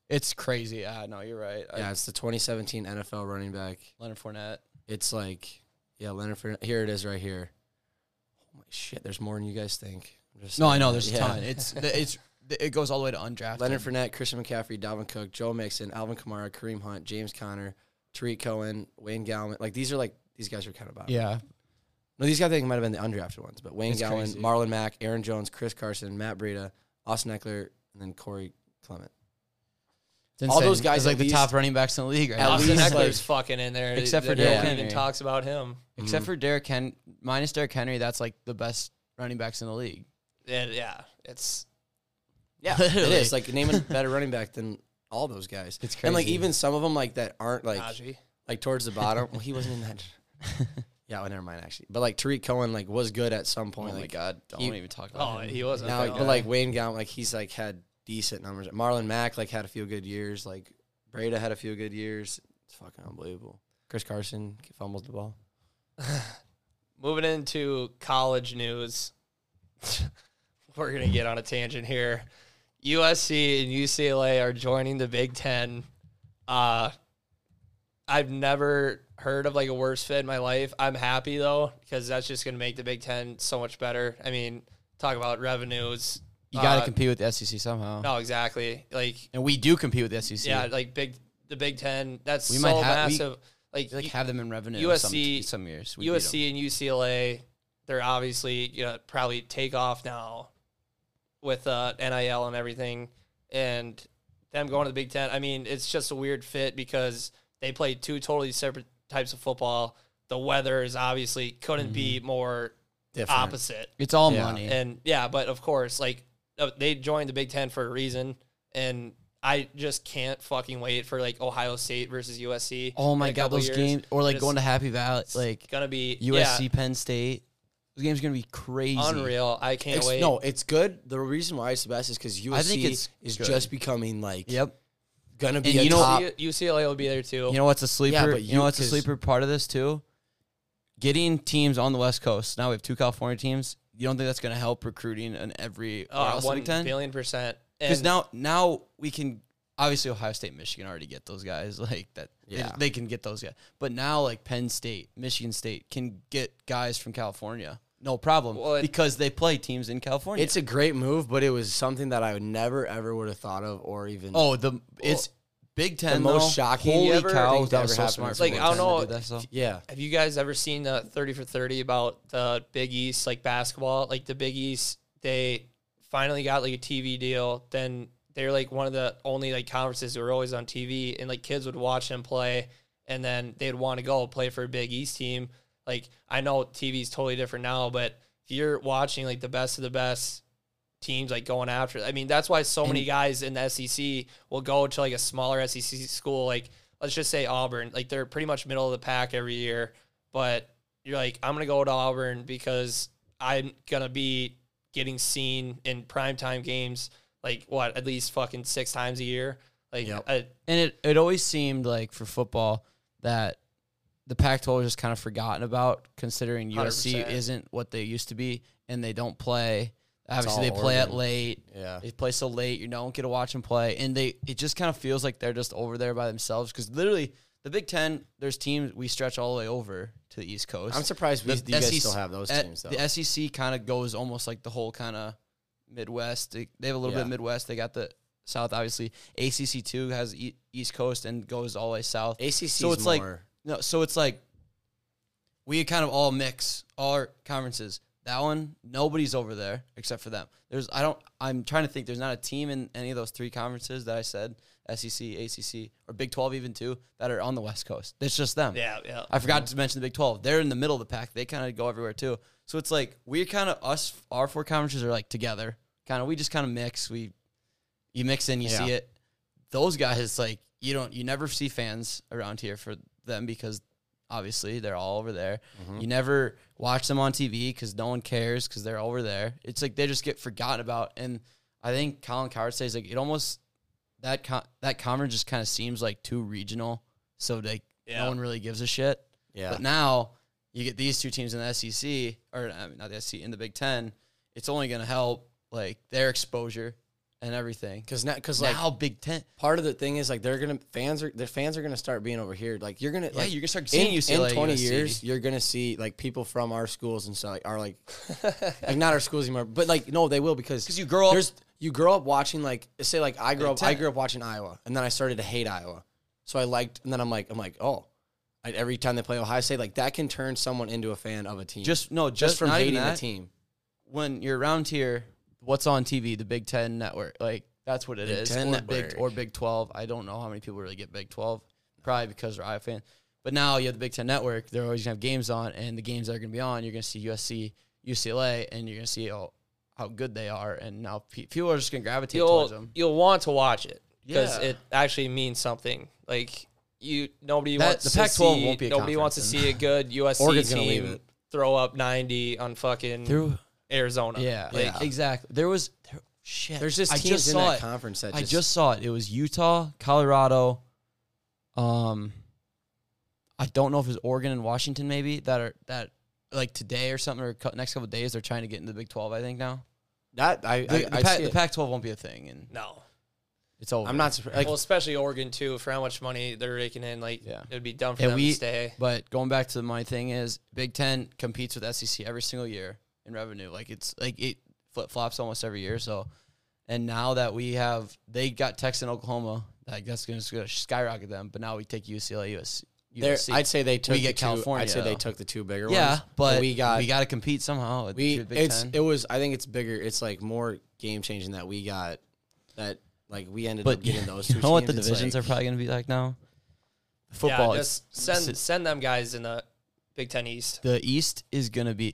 S2: It's crazy. Ah, no, you're right. I-
S3: Yeah, it's the 2017 NFL running back.
S2: Leonard Fournette.
S3: It's like, yeah, Leonard. Fournette, here it is, right here. Holy shit! There's more than you guys think. I'm just
S2: No, I
S3: saying
S2: know.
S3: that.
S2: There's a
S3: Yeah.
S2: ton. <laughs>
S3: <laughs>
S2: It's it's it goes all the way to undrafted.
S3: Leonard Fournette, Christian McCaffrey, Dalvin Cook, Joe Mixon, Alvin Kamara, Kareem Hunt, James Conner, Tariq Cohen, Wayne Gallman. Like these are like these guys are kind of bottom.
S2: Yeah,
S3: No, these guys I think might have been the undrafted ones, but Wayne
S2: It's
S3: Gallman,
S2: crazy.
S3: Marlon Mack, Aaron Jones, Chris Carson, Matt Breida, Austin Eckler, and then Corey Clement.
S2: It's
S3: All
S2: insane.
S3: those guys
S2: It's like
S3: at
S2: the
S3: least-
S2: top running backs in the league right
S3: At
S2: now.
S1: Austin
S3: least,
S1: Eckler's fucking in there.
S2: Except for
S1: No one
S2: Derrick
S1: even
S2: Henry.
S1: talks about him.
S2: except for Derrick Henry, minus Derrick Henry. That's like the best running backs in the league.
S1: Yeah, yeah, it's <laughs>
S3: Yeah, it
S2: Literally.
S3: is. <laughs> Like name a better running back than all those guys.
S2: It's
S3: And like
S2: crazy.
S3: even some of them like that aren't like
S1: Najee.
S3: like towards the bottom. well, he wasn't in
S2: <laughs>
S3: that. Yeah, well, never mind actually. But like Tariq Cohen like was good at some point. like
S2: God,
S3: don't he-
S2: even talk
S1: Oh, he wasn't.
S3: now,
S1: that
S3: but
S1: bad.
S3: like Wayne Gallman, like he's like had decent numbers. Marlon Mack like had a few good years. Like Breda had a few good years. It's fucking unbelievable. Chris Carson fumbles the ball.
S1: moving into college news, <laughs> we're gonna get on a tangent here. USC and UCLA are joining the Big Ten. Uh, I've never heard of like a worse fit in my life. I'm happy though because that's just gonna make the Big Ten so much better. I mean, talk about revenues.
S2: You got to
S1: Uh,
S2: compete with the SEC somehow.
S1: No, exactly. Like
S2: And we do compete with the E SEC.
S1: yeah, like big the Big Ten. That's
S2: We
S1: so
S2: might have- we-
S1: massive. like
S2: We, like
S1: you-
S2: have them in revenue
S1: USC
S2: some, some years. We beat 'em.
S1: USC and UCLA, they're obviously you know, probably take off now with uh, NIL and everything, and them going to the Big Ten. I mean, it's just a weird fit because they play two totally separate types of football. The weather is obviously couldn't be
S2: Mm-hmm.
S1: more
S3: Different.
S1: opposite.
S2: It's all
S3: Yeah.
S2: money.
S1: And yeah, but of course, like uh, they joined the Big Ten for a reason, and I just can't fucking wait for like Ohio State versus USC.
S2: oh
S1: in
S2: my
S1: a
S2: god,
S1: couple
S2: those
S1: years.
S2: games or like
S1: Just-
S2: going to Happy Valley, like
S1: It's gonna be
S2: USC
S1: yeah,
S2: Penn State. Those games are gonna be crazy.
S1: unreal. I can't
S3: It's-
S1: wait.
S3: No, it's good. The reason why it's the best is because USC
S2: think it's
S3: is
S2: good.
S3: just becoming like
S2: Yep.
S3: gonna be
S2: And
S3: a
S2: you know-
S3: top.
S1: U- UCLA will be there too.
S2: You know what's a sleeper?
S3: but
S2: you,
S3: you-
S2: know what's a
S3: 'cause-
S2: sleeper part of this too? Getting teams on the West Coast. Now we have two California teams. You don't think that's gonna help recruiting in every
S1: Oh,
S2: else in
S1: one
S2: Big Ten?
S1: billion percent.
S2: Because
S1: And-
S2: now now we can obviously Ohio State, Michigan already get those guys <laughs> like that. they-
S3: Yeah.
S2: They, can get those guys, but now like Penn State, Michigan State can get guys from California, no problem,
S1: Well, it-
S2: because they play teams in California.
S3: It's a great move, but it was something that I would never ever would have thought of or even.
S2: oh the it's Big Ten
S3: most
S2: though.
S3: shocking
S2: Holy
S1: you ever
S2: cow,
S3: think
S2: that
S3: that
S2: was
S3: ever
S2: so
S3: happened
S2: smart.
S3: is
S2: for
S1: Like,
S2: Big
S1: I don't
S2: Ten to
S1: know-
S2: do that, so.
S3: yeah,
S1: have you guys ever seen the thirty for thirty about the Big East like basketball? Like the Big East, they finally got like a TV deal. Then they're like one of the only like conferences who were always on TV, and like kids would watch them play, and then they'd want to go play for a Big East team. Like I know TV's totally different now, but if you're watching like the best of the best teams like going after. I mean, that's why so many guys in the SEC will go to like a smaller SEC school, like let's just say Auburn. Like they're pretty much middle of the pack every year, but you're like, I'm gonna go to Auburn because I'm gonna be getting seen in primetime games, like what at least fucking six times a year. Like,
S3: Yep.
S1: I-
S2: and it, it always seemed like for football that the Pac-12 was just kind of forgotten about, considering USC
S1: 100%.
S2: isn't what they used to be, and they don't play. Obviously, they
S3: all
S2: play at
S3: Oregon.
S2: late.
S3: yeah.
S2: They play so late, you don't get to watch them play, and they it just kind of feels like they're just over there by themselves. Because literally, the Big Ten, there's teams we stretch all the way over to the East Coast.
S3: I'm surprised we, you guys still have those
S2: at-
S3: teams though.
S2: The SEC kind of goes almost like the whole kind of Midwest. They, they have a little
S3: Yeah.
S2: bit Midwest. They got the South, obviously. ACC two has e- East Coast and goes all the way south.
S3: ACC
S2: so it's
S3: is
S2: like
S3: more-
S2: no, so it's like we kind of all mix all our conferences. That one, nobody's over there except for them. There's I don't. I'm trying to think. There's not a team in any of those three conferences that I said E SEC, ACC, or Big Twelve, even two that are on the West Coast. It's just them.
S1: yeah, yeah.
S2: I forgot to mention the Big 12. They're in the middle of the pack. They kind of go everywhere too. So it's like we're kind of us our four conferences are like together. Kind of we just kind of mix. We you mix in, you see
S3: Yeah.
S2: it. Those guys it's like you don't you never see fans around here for them because obviously they're all over there. You never watch them on TV cuz no one cares cuz they're over there. It's like they just get forgotten about and I think Colin Coward says like it almost that con- that conference just kind of seems like too regional. So like
S1: Yeah.
S2: no one really gives a shit.
S3: yeah.
S2: But now you get these two teams in the SEC, or I mean, not the SEC, in the Big Ten. It's only going to help like their exposure and everything.
S3: Because now, because like
S2: Like, now Big Ten,
S3: part of the thing is like they're gonna fans are their fans are gonna start being over here. Like you're gonna
S2: yeah,
S3: like
S2: you're gonna start
S3: in,
S2: seeing
S3: in
S2: UCLA,
S3: twenty
S2: USC.
S3: years you're gonna see like people from our schools and stuff like are like like not our schools anymore, but like no, they will because
S2: 'Cause you grow up-
S3: There's, you grow up watching like say like I grew up I
S2: Ten.
S3: grew up watching Iowa and then I started to hate Iowa, so I liked and then I'm like I'm like oh. Like every time they play Ohio State, like that can turn someone into a fan of a team.
S2: Just no, just,
S3: just from
S2: not even
S3: hating the
S2: that.
S3: team.
S2: When you're around here, what's on TV? The Big Ten network, like that's what it
S3: Big
S2: is.
S3: Ten
S2: or
S3: network.
S2: Big or Big Twelve. I don't know how many people really get Big Twelve. Probably because they're Iowa fans. But now you have the Big Ten network. They're always gonna have games on, and the games that are gonna be on, you're gonna see USC, UCLA, and you're gonna see oh, how good they are. And now pe- people are just gonna gravitate towards
S1: You'll
S2: them.
S1: you'll want to watch it because
S2: Yeah.
S1: it actually means something. Like you, nobody
S2: That-
S1: wants
S2: the
S1: to
S2: Pac-12
S1: see,
S2: won't be a
S1: nobody wants to
S2: conference.
S1: see a
S2: <laughs>
S1: good USC
S3: Oregon's gonna leave
S1: team
S3: it.
S1: throw up ninety on fucking Arizona.
S2: Yeah,
S1: Like,
S2: yeah, exactly. There was there, shit.
S3: There's just
S2: I
S3: teams in
S2: saw
S3: that
S2: it.
S3: conference that
S2: I
S3: just,
S2: just saw it. It was Utah, Colorado. Um, I don't know if it was Oregon and Washington, maybe that are that like today or something or cou- next couple of days they're trying to get into the Big Twelve. I think now
S3: that I
S2: the,
S3: I, I see it.
S2: Pac twelve won't be a thing and
S1: No.
S2: it's over.
S3: I'm not surprised. Like,
S1: well, especially Oregon too, for how much money they're raking in. Like,
S2: Yeah.
S1: it would be dumb for
S2: And
S1: them
S2: we-
S1: to stay.
S2: But going back to my thing is Big Ten E competes with SEC every single year in revenue. Like it's like it flip flops almost every year. So And now that we have, they got Texas and Oklahoma. Like that's going to skyrocket them. But now we take UCLA, US,
S3: They're-
S2: USC.
S3: I'd say they took
S2: get
S3: the two-
S2: California,
S3: I'd say they
S2: though.
S3: took the two bigger
S2: yeah,
S3: ones.
S2: but
S3: we got
S2: we got to compete somehow. at
S3: we
S2: the Big
S3: it's
S2: Ten.
S3: it was I think it's bigger. It's like more game changing that we got that like we ended
S2: but <laughs>
S3: up getting those.
S2: you
S3: two
S2: know what the
S3: teams. It's
S2: divisions
S3: like,
S2: are probably going to be like now. Football,
S1: yeah,
S2: is
S1: just send send them guys in the Big Ten East.
S2: the East is going to be.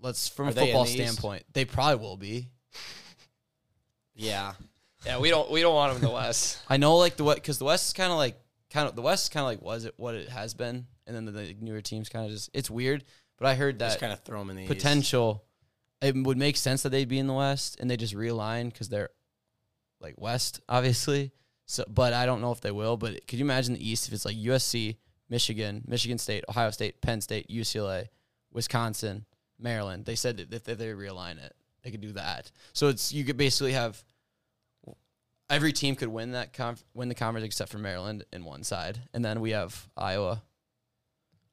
S2: Let's from
S3: Are
S2: a
S3: they in
S2: football
S3: the East?
S2: standpoint, they probably will be.
S3: Yeah,
S1: Yeah, we don't we don't want them in the
S2: <laughs>
S1: West.
S2: I know, like the West, because the West is kind of like kind of the West is kind of like was it what it has been, and then the, the newer teams kind of just it's weird. But I heard
S3: just
S2: that
S3: kind of throw them in the East.
S2: potential, it would make sense that they'd be in the West, and they just realign because they're like West, <laughs> obviously. So, but I don't know if they will. But could you imagine the East if it's like USC, Michigan, Michigan State, Ohio State, Penn State, UCLA, Wisconsin, Maryland? They said that if they, they realign it, they could do that. So it's you could basically have every team could win that conf- win the conference except for Maryland in one side, and then we have Iowa.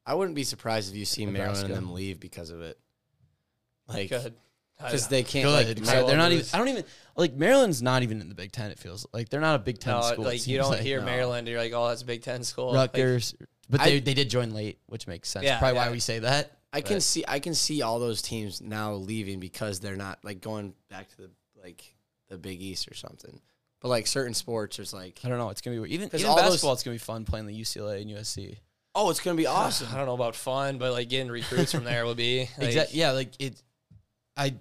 S3: I wouldn't be surprised if you see Maryland and
S2: Nebraska.
S3: them leave because of it. Like,
S1: Good. I-
S3: because they can't.
S2: Good.
S3: Like,
S2: except
S3: Maryland
S2: they're not even.
S3: lose.
S2: I don't even like Maryland's not even in the Big Ten. It feels like they're not a Big Ten
S1: no,
S2: school. it
S1: like you
S2: seems
S1: don't
S2: like.
S1: hear
S3: no.
S1: Maryland, you're like, oh, that's a Big Ten school. Like,
S2: Rutgers, but they,
S3: I-
S2: they did join late, which makes sense.
S1: Yeah,
S2: Probably
S1: yeah.
S2: why we say that.
S3: I can
S2: but-
S3: see. I can see all those teams now leaving because they're not like going back to the like the Big East or something. But like certain sports, there's like,
S2: I don't know. It's gonna be weird. even
S3: 'Cause
S2: even
S3: all those-
S2: basketball. It's gonna be fun playing the UCLA and USC.
S3: oh,
S2: <sighs>
S3: it's gonna be awesome.
S1: I don't know about fun, but like getting recruits from there would
S2: <laughs>
S1: be like,
S2: exactly. Yeah, like it. I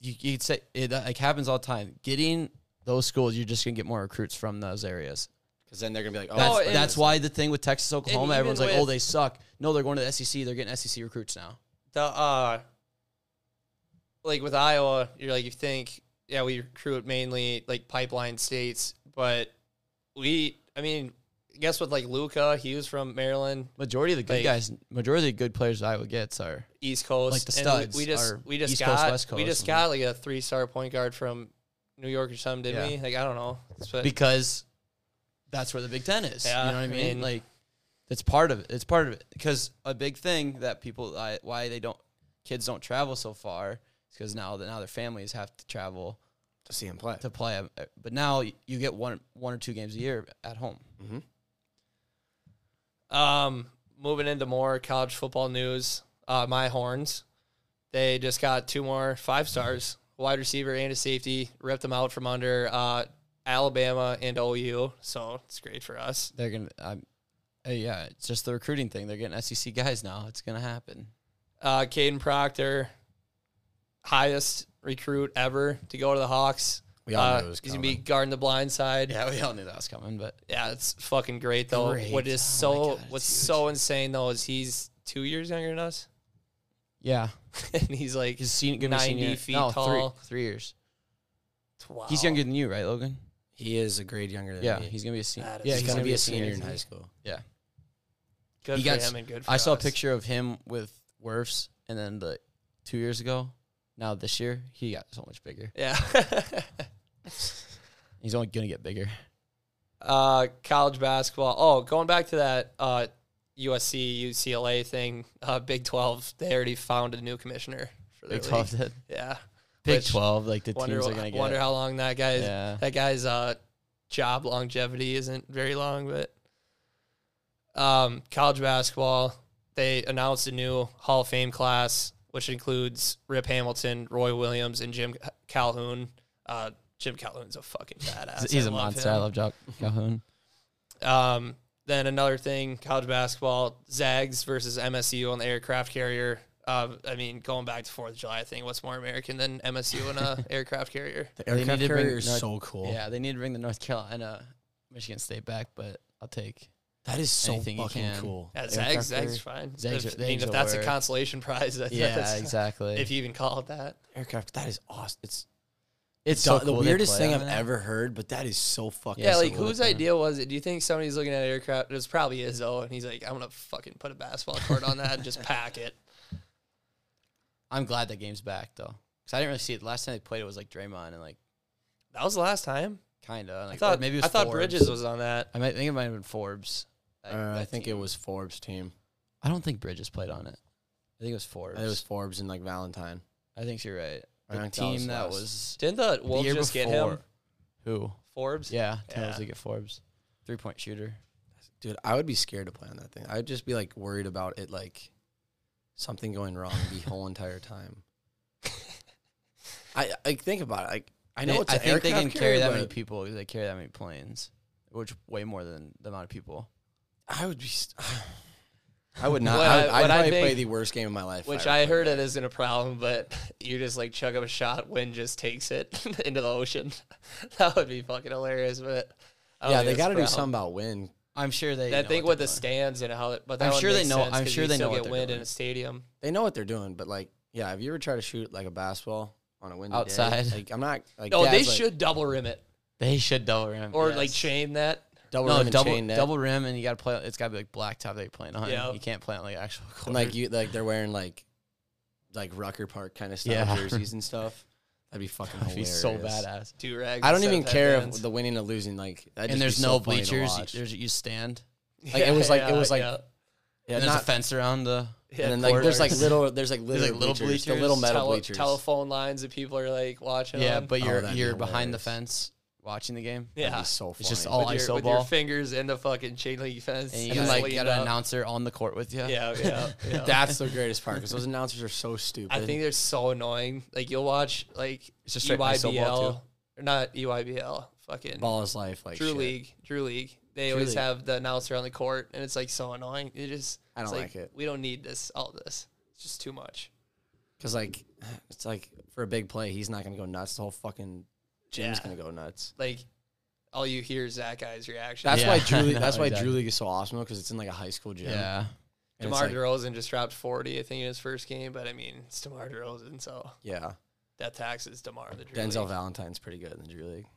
S2: you you could say it uh, like happens all the time. Getting those schools, you're just gonna get more recruits from those areas.
S3: Because then they're gonna be like, oh,
S2: That's,
S1: and-
S2: that's why the thing with Texas, Oklahoma,
S1: even
S2: everyone's like,
S1: with-
S2: oh, they suck. No, they're going to the SEC. They're getting SEC recruits now.
S1: the uh like with Iowa, you're like you think, yeah, we recruit mainly like pipeline states, but we I mean, guess what like Luca, he was from Maryland,
S2: Majority of the good
S1: Like-
S2: guys, majority of the good players Iowa gets are
S1: East Coast.
S2: Like the
S1: and we-
S2: studs
S1: we, just
S2: are
S1: we just
S2: East Coast,
S1: got
S2: West
S1: we
S2: Coast,
S1: just
S2: and-
S1: got like a three star point guard from New York or something, didn't
S2: Yeah.
S1: we? Like I don't know. But
S2: because that's where the Big Ten is.
S1: Yeah,
S2: you know what
S1: I
S2: I mean?
S1: mean-
S2: like that's part of it. It's part of it because a big thing that people I, why they don't kids don't travel so far is because now that now their families have to travel
S3: to see him play.
S2: to play. But now you get one one or two games a year at home.
S1: um moving into more college football news, uh my horns. They just got two more five stars, wide receiver and a safety, ripped them out from under uh Alabama and OU, so it's great for us.
S2: They're gonna. I'm, uh, yeah, it's just the recruiting thing. They're getting SEC guys now. It's gonna happen.
S1: Uh Caden Proctor, highest recruit ever to go to the Hawks.
S3: We all
S1: uh,
S3: knew it was
S1: he's gonna be
S3: coming.
S1: guarding the blind side.
S2: Yeah, we all knew that was coming, but
S1: Yeah, it's fucking great though.
S2: Great.
S1: What is
S2: Oh my
S1: so
S2: God, it's
S1: what's
S2: huge.
S1: so insane though is he's two years younger than us, <laughs>
S2: yeah,
S1: and he's like
S2: he's seen gonna be
S1: 90
S2: senior-
S1: feet
S2: no, three-
S1: tall.
S2: three years.
S1: wow.
S2: He's younger than you, right, Logan?
S3: He is a grade younger than
S2: Yeah,
S3: me.
S2: he's gonna be a senior.
S1: That is
S2: Yeah,
S1: He's
S3: he's, gonna
S1: gonna
S3: be a senior in
S2: isn't
S3: high
S2: he?
S3: school.
S2: Yeah.
S1: Good
S2: he
S1: for
S2: got s-
S1: him and good for
S2: I saw a
S1: us.
S2: picture of him with Werfs, and then the two years ago. Now this year, he got so much bigger.
S1: Yeah.
S2: He's only gonna get bigger.
S1: <laughs> uh, college basketball. Oh, going back to that uh, USC UCLA thing. Uh, Big Twelve. They already found a new commissioner for their
S2: Big
S1: <laughs>
S2: twelve,
S1: league.
S2: did.
S1: Yeah.
S2: Big
S1: Which-
S2: twelve, like the
S1: Wonder
S2: teams are gonna get.
S1: wonder how long that guy's
S2: yeah,
S1: that guy's uh, job longevity isn't very long, but um, college basketball they announced a new Hall of Fame class, which includes Rip Hamilton, Roy Williams, and Jim Calhoun. Uh, Jim Calhoun's a fucking badass.
S2: <laughs> he's
S1: I
S2: a
S1: love
S2: monster.
S1: him.
S2: I
S1: <laughs>
S2: love Jock Calhoun.
S1: Um, then another thing, college basketball, Zags versus MSU on the aircraft carrier. Uh, I mean, going back to Fourth of July, I think what's more American than MSU and
S2: <laughs>
S1: a aircraft carrier?
S3: The
S2: They need
S3: aircraft
S2: to bring-
S3: carrier is
S2: no,
S3: so cool.
S2: Yeah, they need to bring the North Carolina, Michigan State back, but
S1: <laughs>
S2: I'll take
S3: That is so
S2: Anything you
S3: fucking
S2: can.
S3: cool.
S1: Yeah,
S2: Aircraft
S1: Zags, Zags,
S2: carrier.
S1: fine.
S2: Zags
S1: if,
S2: are-
S1: I mean,
S2: Zags
S1: if
S2: are
S1: that's a
S2: where-
S1: consolation prize, <laughs> that's,
S2: yeah,
S1: that's
S2: exactly.
S1: if you even call it that.
S3: Aircraft. That is awesome. It's
S2: it's
S3: so
S2: so
S3: the
S2: cool they
S3: weirdest
S2: play
S3: thing
S2: on
S3: I've
S2: that.
S3: ever heard, but that is so fucking.
S1: Yeah, like
S3: cool.
S1: whose idea was it? Do you think somebody's looking at aircraft? This probably is though, and he's like, "I'm gonna fucking put a basketball court on that and just pack it." <laughs>
S2: I'm glad that game's back though, because I didn't really see it. The last time they played it was like Draymond and like
S1: That was the last time.
S2: kind of. Like,
S1: I
S2: or
S1: thought
S2: maybe it
S1: I
S2: was
S1: thought
S2: Forbes.
S1: Bridges was on that.
S2: I might think it might have been Forbes. Like,
S3: Uh, I
S2: that
S3: think
S2: team.
S3: it was Forbes team.
S2: I don't think Bridges played on it. I think it was
S3: I
S2: Forbes.
S3: think It was Forbes and like Valentine.
S2: I think you're right.
S3: I
S2: The
S3: think that
S2: team
S3: was
S2: that
S3: last.
S2: was
S1: Didn't the
S2: the
S1: Wolves
S2: year
S1: just
S2: before.
S1: get him?
S2: Who?
S1: Forbes.
S2: Yeah, ten
S1: Yeah.
S2: yeah. at Forbes, three point shooter.
S3: Dude, I would be scared to play on that thing. I'd just be like worried about it, like something going wrong <laughs> the whole entire time. I like think about it. Like I know
S2: They-
S3: it's
S2: I
S3: an
S2: think they can
S3: aircraft
S2: carry
S3: carrier,
S2: that
S3: but
S2: many people. They carry that many planes, which way more than the amount of people.
S3: I would be. <sighs> St- I would not.
S1: What
S3: I,
S1: I-
S3: would I'd
S1: what I
S3: probably play
S1: think-
S3: the worst game of my life. if
S1: Which
S3: ever
S1: I
S3: played
S1: heard
S3: that.
S1: it isn't a problem, but <laughs> you just like chug up a shot, wind just takes it <laughs> into the ocean. that would be fucking hilarious, but I don't
S3: Yeah,
S1: think
S3: they
S1: it's a
S3: got to do
S1: problem.
S3: something about win.
S2: I'm sure they.
S1: That
S2: know
S1: thing
S2: what
S1: with
S2: they're
S1: the
S2: doing.
S1: stands and how, it, but that
S2: I'm
S1: one
S2: sure they
S1: makes
S2: know-
S1: sense
S2: I'm
S1: 'cause
S2: sure
S1: you
S2: they
S1: still
S2: know what
S1: get
S2: they're
S1: wind in
S2: doing.
S1: a stadium.
S3: They know what they're doing, but like, yeah. Have you ever tried to shoot like a basketball on a windy day?
S2: Outside.
S3: Like I'm not. Like,
S1: No,
S3: Dad's
S1: Oh, they
S3: like,
S1: should double rim it
S2: They should double rim
S1: or
S2: yes.
S1: like chain that.
S3: double
S2: No,
S3: rim and
S2: double
S3: chain net.
S2: double rim, and you got to play. It's got to be like blacktop that you're playing on.
S1: Yeah.
S2: You can't play on like actual court.
S3: And like you, like they're wearing like, like Rucker Park kind of style
S2: Yeah. <laughs>
S3: jerseys and stuff. That'd be fucking
S2: That'd
S3: hilarious.
S2: be so badads.
S1: Two rags.
S3: I don't
S1: instead
S3: even
S1: of
S3: care if
S1: headbands.
S3: the winning or losing. Like, that'd
S2: And
S3: just be
S2: there's
S3: so
S2: no
S3: funny to
S2: bleachers.
S3: watch.
S2: There's you stand.
S3: like,
S1: <laughs>
S3: it was like- it was like- Yeah,
S2: and there's
S3: not-
S2: a fence around the.
S1: Yeah,
S3: and then like there's like
S1: corners.
S3: little there's like little,
S2: like, little
S3: bleachers, the
S2: bleachers,
S3: little metal
S1: Tele-
S3: bleachers.
S1: telephone lines that people are like watching.
S2: Yeah,
S1: on.
S2: but
S3: Oh,
S2: you're
S3: that'd be
S2: you're behind the
S3: hilarious.
S2: fence watching the game.
S3: That'd be
S1: yeah,
S3: so funny.
S2: It's just all
S1: with,
S2: iso
S1: your, with your
S2: ball.
S1: fingers in the fucking chain link fence.
S2: And you got
S3: And then,
S1: just
S2: like
S1: lean
S2: you got an
S1: up.
S2: announcer on the court with you.
S1: <laughs> Yeah, yeah, yeah.
S3: <laughs> <laughs> That's the greatest part because those announcers are so stupid.
S1: I think they're so annoying. Like you'll watch like E
S2: It's just straight ISO ball,
S1: EYBL, or not E EYBL, fucking
S3: ball is life. Like
S1: Drew
S3: shit.
S1: League, Drew League. They
S3: Drew
S1: always
S3: League.
S1: have the announcer on the court, and it's like so annoying. It just
S3: I
S1: it's
S3: don't like it.
S1: We don't need this. All this. It's just too much.
S3: Because like, <sighs> it's like for a big play, he's not gonna go nuts. The whole fucking gym's
S1: Yeah.
S3: gonna go nuts.
S1: Like all you hear is that guy's reaction.
S3: That's
S2: Yeah.
S3: why Drew.
S2: I <laughs>
S3: League,
S2: know,
S3: that's why Drew
S2: exactly.
S3: League is so awesome because it's in like a high school gym.
S2: Yeah.
S3: And it's
S1: DeMar
S3: like-
S1: DeRozan just dropped 40, I think, in his first game. But I mean, it's DeMar DeRozan, so
S3: yeah.
S1: that taxes DeMar. in The Drew
S3: Denzel
S1: League.
S3: Valentine's pretty good in the Drew League. <laughs>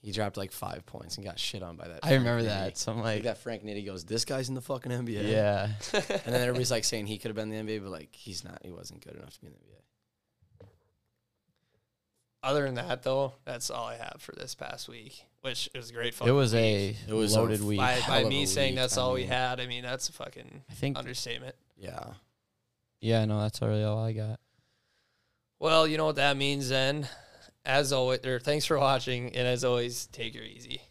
S3: He dropped like five points and got shit on by that.
S2: I
S3: Frank
S2: remember
S3: Nitty.
S2: that. So I'm
S3: Like
S2: like,
S3: that Frank Nitty goes, this guy's in the fucking
S2: yeah.
S3: NBA. And then everybody's like saying he could have been in the NBA, but like he's not. He wasn't good enough to be in the NBA.
S1: Other than that, though, that's all I have for this past week, which it was a great.
S2: It
S1: fucking
S2: was
S1: week.
S2: a
S3: It was a
S2: loaded
S3: f-
S2: week.
S1: by,
S2: I
S3: hell
S1: by
S3: of
S1: me
S3: a
S1: saying
S3: week,
S1: that's
S3: I
S1: all we
S3: mean.
S1: had. I mean, that's a fucking
S2: think.
S1: understatement.
S3: Yeah.
S2: Yeah. No, that's really all I got.
S1: Well, you know what that means then. As always, or thanks for watching, and as always, take her easy.